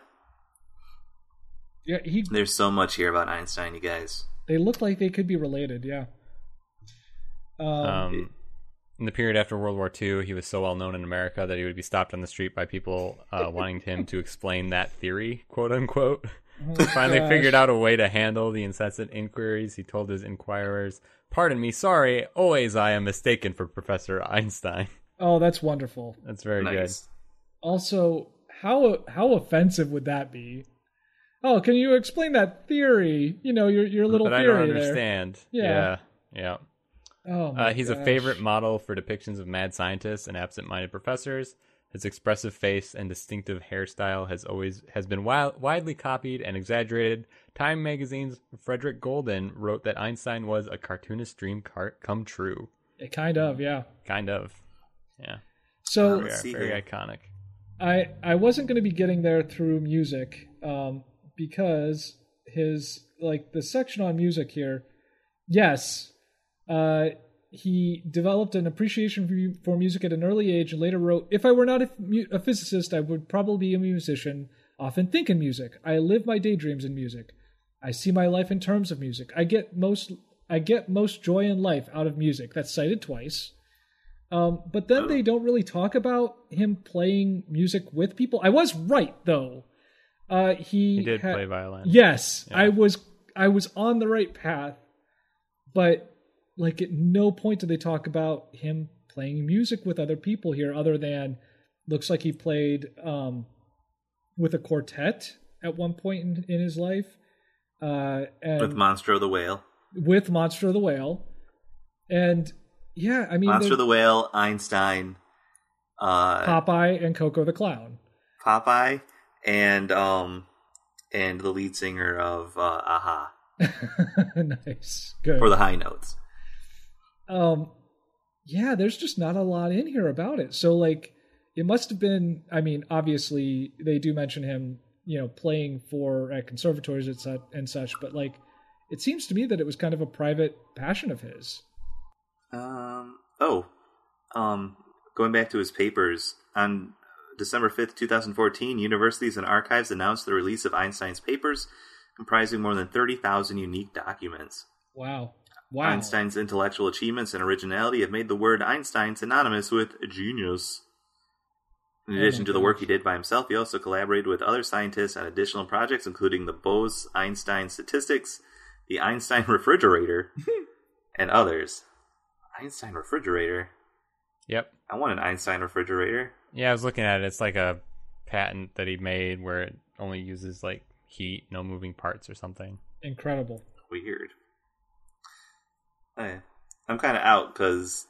Yeah, he There's so much here about Einstein, you guys. they look like they could be related, yeah. Um, Um, in the period after World War II, he was so well known in America that he would be stopped on the street by people uh, wanting him to explain that theory, quote unquote. Oh Finally figured out a way to handle the incessant inquiries. He told his inquirers, "Pardon me, sorry. Always I am mistaken for Professor Einstein." Oh, that's wonderful. That's very nice. Also, how how offensive would that be? Oh, can you explain that theory? You know, your your good. little but I theory don't there. understand. Yeah. yeah. yeah. Oh, my Uh, he's a gosh. favorite model for depictions of mad scientists and absent-minded professors. His expressive face and distinctive hairstyle has always has been wi- widely copied and exaggerated. Time magazine's Frederick Golden wrote that Einstein was a cartoonist's dream car- come true. Kind of, yeah. Kind of, yeah, So Let's Oh, Yeah, see very here. iconic. I I wasn't going to be getting there through music um, because his like the section on music here. Yes, uh, he developed an appreciation for, for music at an early age and later wrote, "If I were not a, mu- a physicist, I would probably be a musician. Often think in music. I live my daydreams in music. I see my life in terms of music. I get most." I get most joy in life out of music. That's cited twice. Um, but then they don't really talk about him playing music with people. I was right though. Uh, he, He did ha- play violin. Yes, Yeah. I was. I was on the right path, but like at no point do they talk about him playing music with other people here, other than looks like he played um, with a quartet at one point in, in his life. Uh, and With Monstro the Whale. with Monster of the Whale. And yeah, I mean Monster there- the Whale, Einstein, uh, Popeye and Coco the Clown. Popeye, and um, and the lead singer of uh, Aha nice. Good. for the high notes. um yeah, there's just not a lot in here about it. So like it must have been I mean, obviously they do mention him, you know, playing for at conservatories and such, and such, but like it seems to me that it was kind of a private passion of his. Um, oh, um, going back to his papers on December fifth, two thousand fourteen, universities and archives announced the release of Einstein's papers, comprising more than thirty thousand unique documents. Wow. Wow. Einstein's intellectual achievements and originality have made the word Einstein synonymous with genius. In Oh addition my to the work gosh. he did by himself, he also collaborated with other scientists on additional projects, including the Bose Einstein statistics, the Einstein refrigerator, and others. Einstein refrigerator? Yep. I want an Einstein refrigerator. Yeah, I was looking at it. It's like a patent that he made where it only uses like heat, no moving parts or something. Incredible. Weird. Eh, I'm kind of out because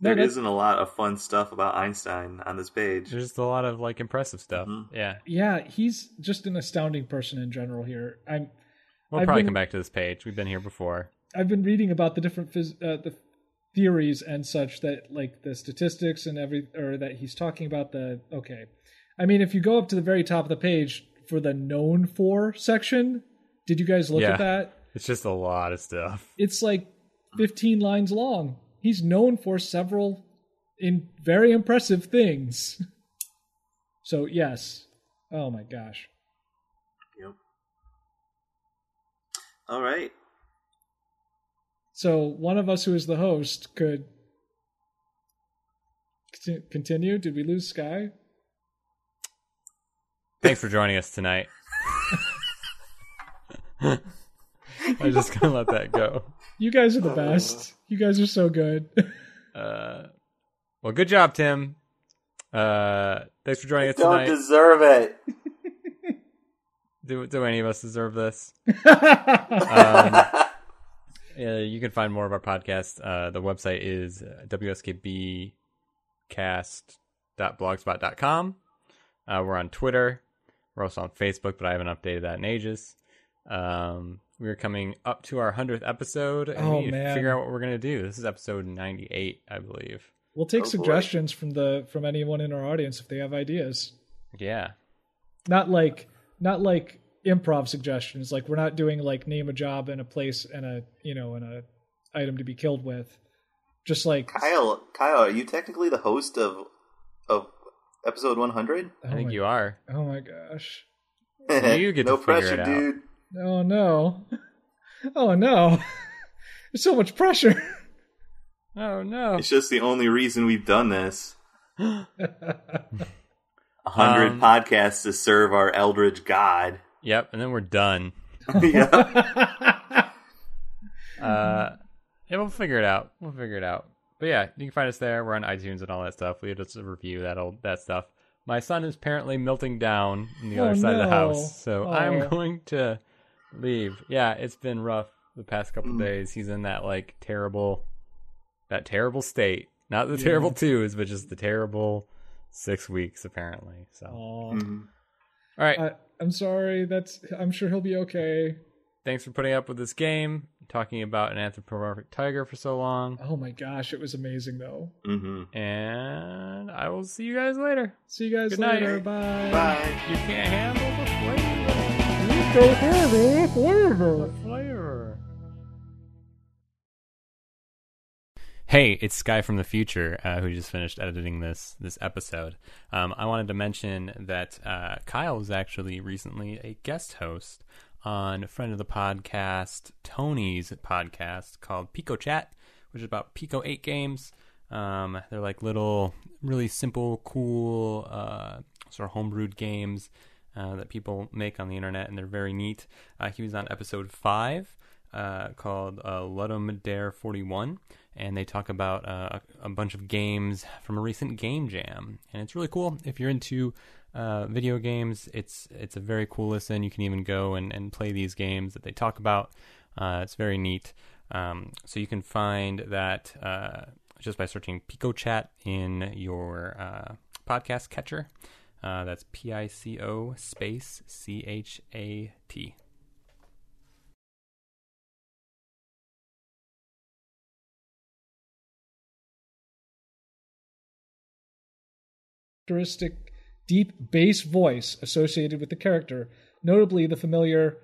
No, there that- not a lot of fun stuff about Einstein on this page. There's just a lot of like impressive stuff. Mhm. Yeah. Yeah, he's just an astounding person in general here. I'm We'll I've probably been- come back to this page. We've been here before. I've been reading about the different phys- uh, the theories and such that like the statistics and every or that he's talking about the okay. I mean, if you go up to the very top of the page for the known for section, did you guys look Yeah. at that? It's just a lot of stuff. It's like 15 lines long. He's known for several in very impressive things. So, yes. Oh my gosh. Yep. All right. So one of us who is the host could conti- continue. Did we lose Sky? Thanks for joining us tonight. I'm just gonna let that go. You guys are the best. You guys are so good. Uh, well, good job, Tim. Uh, thanks for joining us Don't tonight. deserve it. do, do any of us deserve this? Um, Um, Yeah, you can find more of our podcast. Uh, the website is uh, wskbcast.blogspot.com. Uh, we're on Twitter. We're also on Facebook, but I haven't updated that in ages. Um, we're coming up to our 100th episode. And Oh, we need man. to figure out what we're going to do. This is episode 98, I believe. we'll take Oh, boy. suggestions from the from anyone in our audience if they have ideas. Yeah. Not like not like improv suggestions. Like we're not doing like name a job and a place and a you know and a item to be killed with. Just like Kyle, Kyle, are you technically the host of of episode oh 100? I think my, you are. Oh my gosh. You get no to figure pressure, it out. dude. Oh no. Oh no. There's so much pressure. Oh, no. It's just the only reason we've done this. That's 100 Um, podcasts to serve our eldritch god. Yep. And then we're done. yeah. Uh, yeah, we'll figure it out. We'll figure it out. But yeah, you can find us there. We're on iTunes and all that stuff. We just review that old that stuff. My son is apparently melting down on the Oh, other side of the no. house, so Oh. I'm going to leave. Yeah, it's been rough the past couple Mm. days. He's in that like terrible, that terrible state. Not the Yeah. terrible twos, but just the terrible six weeks apparently. So all Aw. Mhm. right, I, I'm sorry. That's. I'm sure he'll be okay. thanks for putting up with this game. Talking about an anthropomorphic tiger for so long. Oh my gosh, it was amazing though. Mhm. And I will see you guys later. See you guys Good night. later. Bye. Bye. You can't handle You don't have any the flavor. flavor. The flavor. Hey, it's Sky from the future uh, who just finished editing this this episode. Um, I wanted to mention that uh, Kyle was actually recently a guest host on a friend of the podcast Tony's podcast called Pico Chat, which is about Pico Eight games. Um, they're like little, really simple, cool uh, sort of homebrewed games uh, that people make on the internet, and they're very neat. Uh, he was on episode five uh, called uh, Ludum Dare 41, and they talk about uh, a a bunch of games from a recent game jam, and it's really cool. If you're into uh, video games, it's it's a very cool listen. You can even go and, and play these games that they talk about. Uh, it's very neat. Um, so you can find that uh, just by searching Pico Chat in your uh, podcast catcher. Uh, that's P I C O space C H A T. characteristic deep bass voice associated with the character, notably the familiar.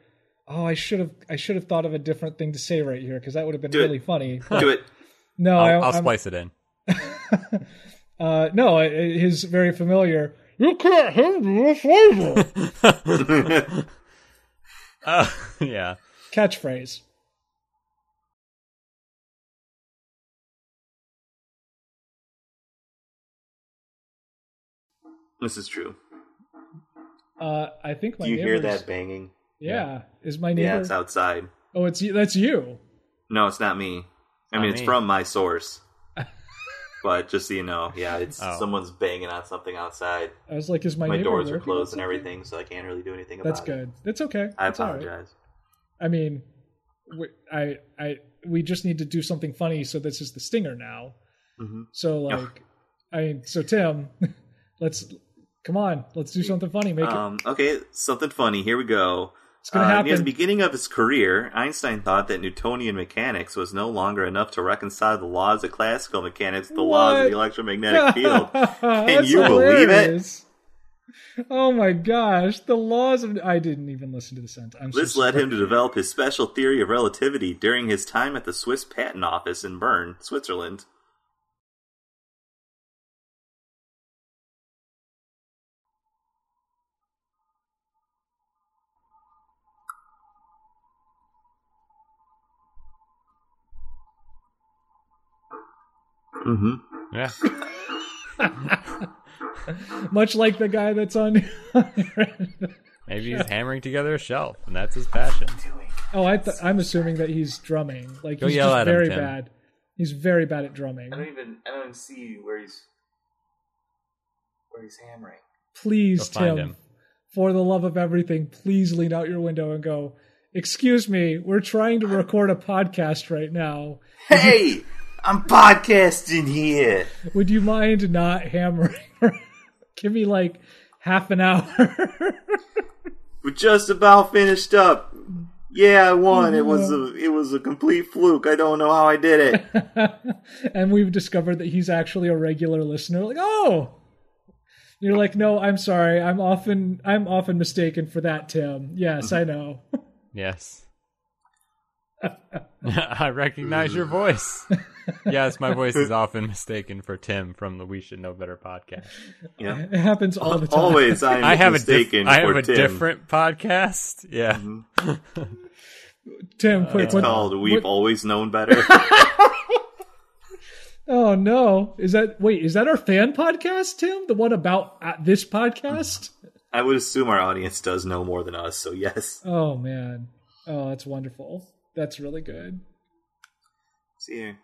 Oh, I should have I should have thought of a different thing to say right here because that would have been Do it. really funny. Do it. No, I'll, I'll Oh, I'm- splice it in. uh, no, it- it- his very familiar. You can't handle the flavor Uh, yeah. catchphrase. This is true. Uh, I think my Do you hear neighbor's- that banging? Yeah, is my Yeah, neighbor? it's outside. oh, it's you. That's you. No, it's not me. I Not mean, it's me. from my source. but just so you know, yeah, it's Oh. someone's banging on something outside. I was like, is my, My, neighbor doors are working closed on and something? everything, so I can't really do anything That's about it. good. That's okay. I That's all right. apologize. I mean, we, I, I, we just need to do something funny. So this is the stinger now. hmm So Yeah. like, I mean, so Tim, let's come on, let's do something funny. Make it. Um, okay, something funny. Here we go. It's gonna Uh, Near the happen. beginning of his career, Einstein thought that Newtonian mechanics was no longer enough to reconcile the laws of classical mechanics, with the laws of What? the electromagnetic field. That's you believe it? hilarious. Oh my gosh, the laws of I didn't even listen to the sentence. I'm so This led him to sorry. develop his special theory of relativity during his time at the Swiss Patent Office in Bern, Switzerland. Mm-hmm. Yeah. Much like the guy that's on. Maybe he's hammering together a shelf, and that's his passion. oh, I th- I'm assuming that he's drumming. Like Go he's yell just at him, very Tim. bad. He's very bad at drumming. even. I don't even see where he's where he's hammering. Please, Go find Tim, him. for the love of everything, please lean out your window and go. Excuse me, we're trying to record a podcast right now. Hey, I'm podcasting here. Would you mind not hammering? Give me like half an hour. We're just about finished up. Yeah, I won. It was a it was a complete fluke. I don't know how I did it. and we've discovered that he's actually a regular listener. Like, oh, you're like, no, I'm sorry. I'm often I'm often mistaken for that, Tim. Yes, I know. Yes. I recognize your voice. Yes, my voice is often mistaken for Tim from the We Should Know Better podcast. Yeah. It happens all the time. Always, I'm I have a mistaken diff- I for have a Tim. different podcast. Yeah. Tim, quick. Uh, It's what- called "We've what- Always Known Better." oh no, is that wait? Is that our fan podcast, Tim? The one about uh, this podcast? I would assume our audience does know more than us, so yes. Uh, Oh man, oh that's wonderful. That's really good. See here.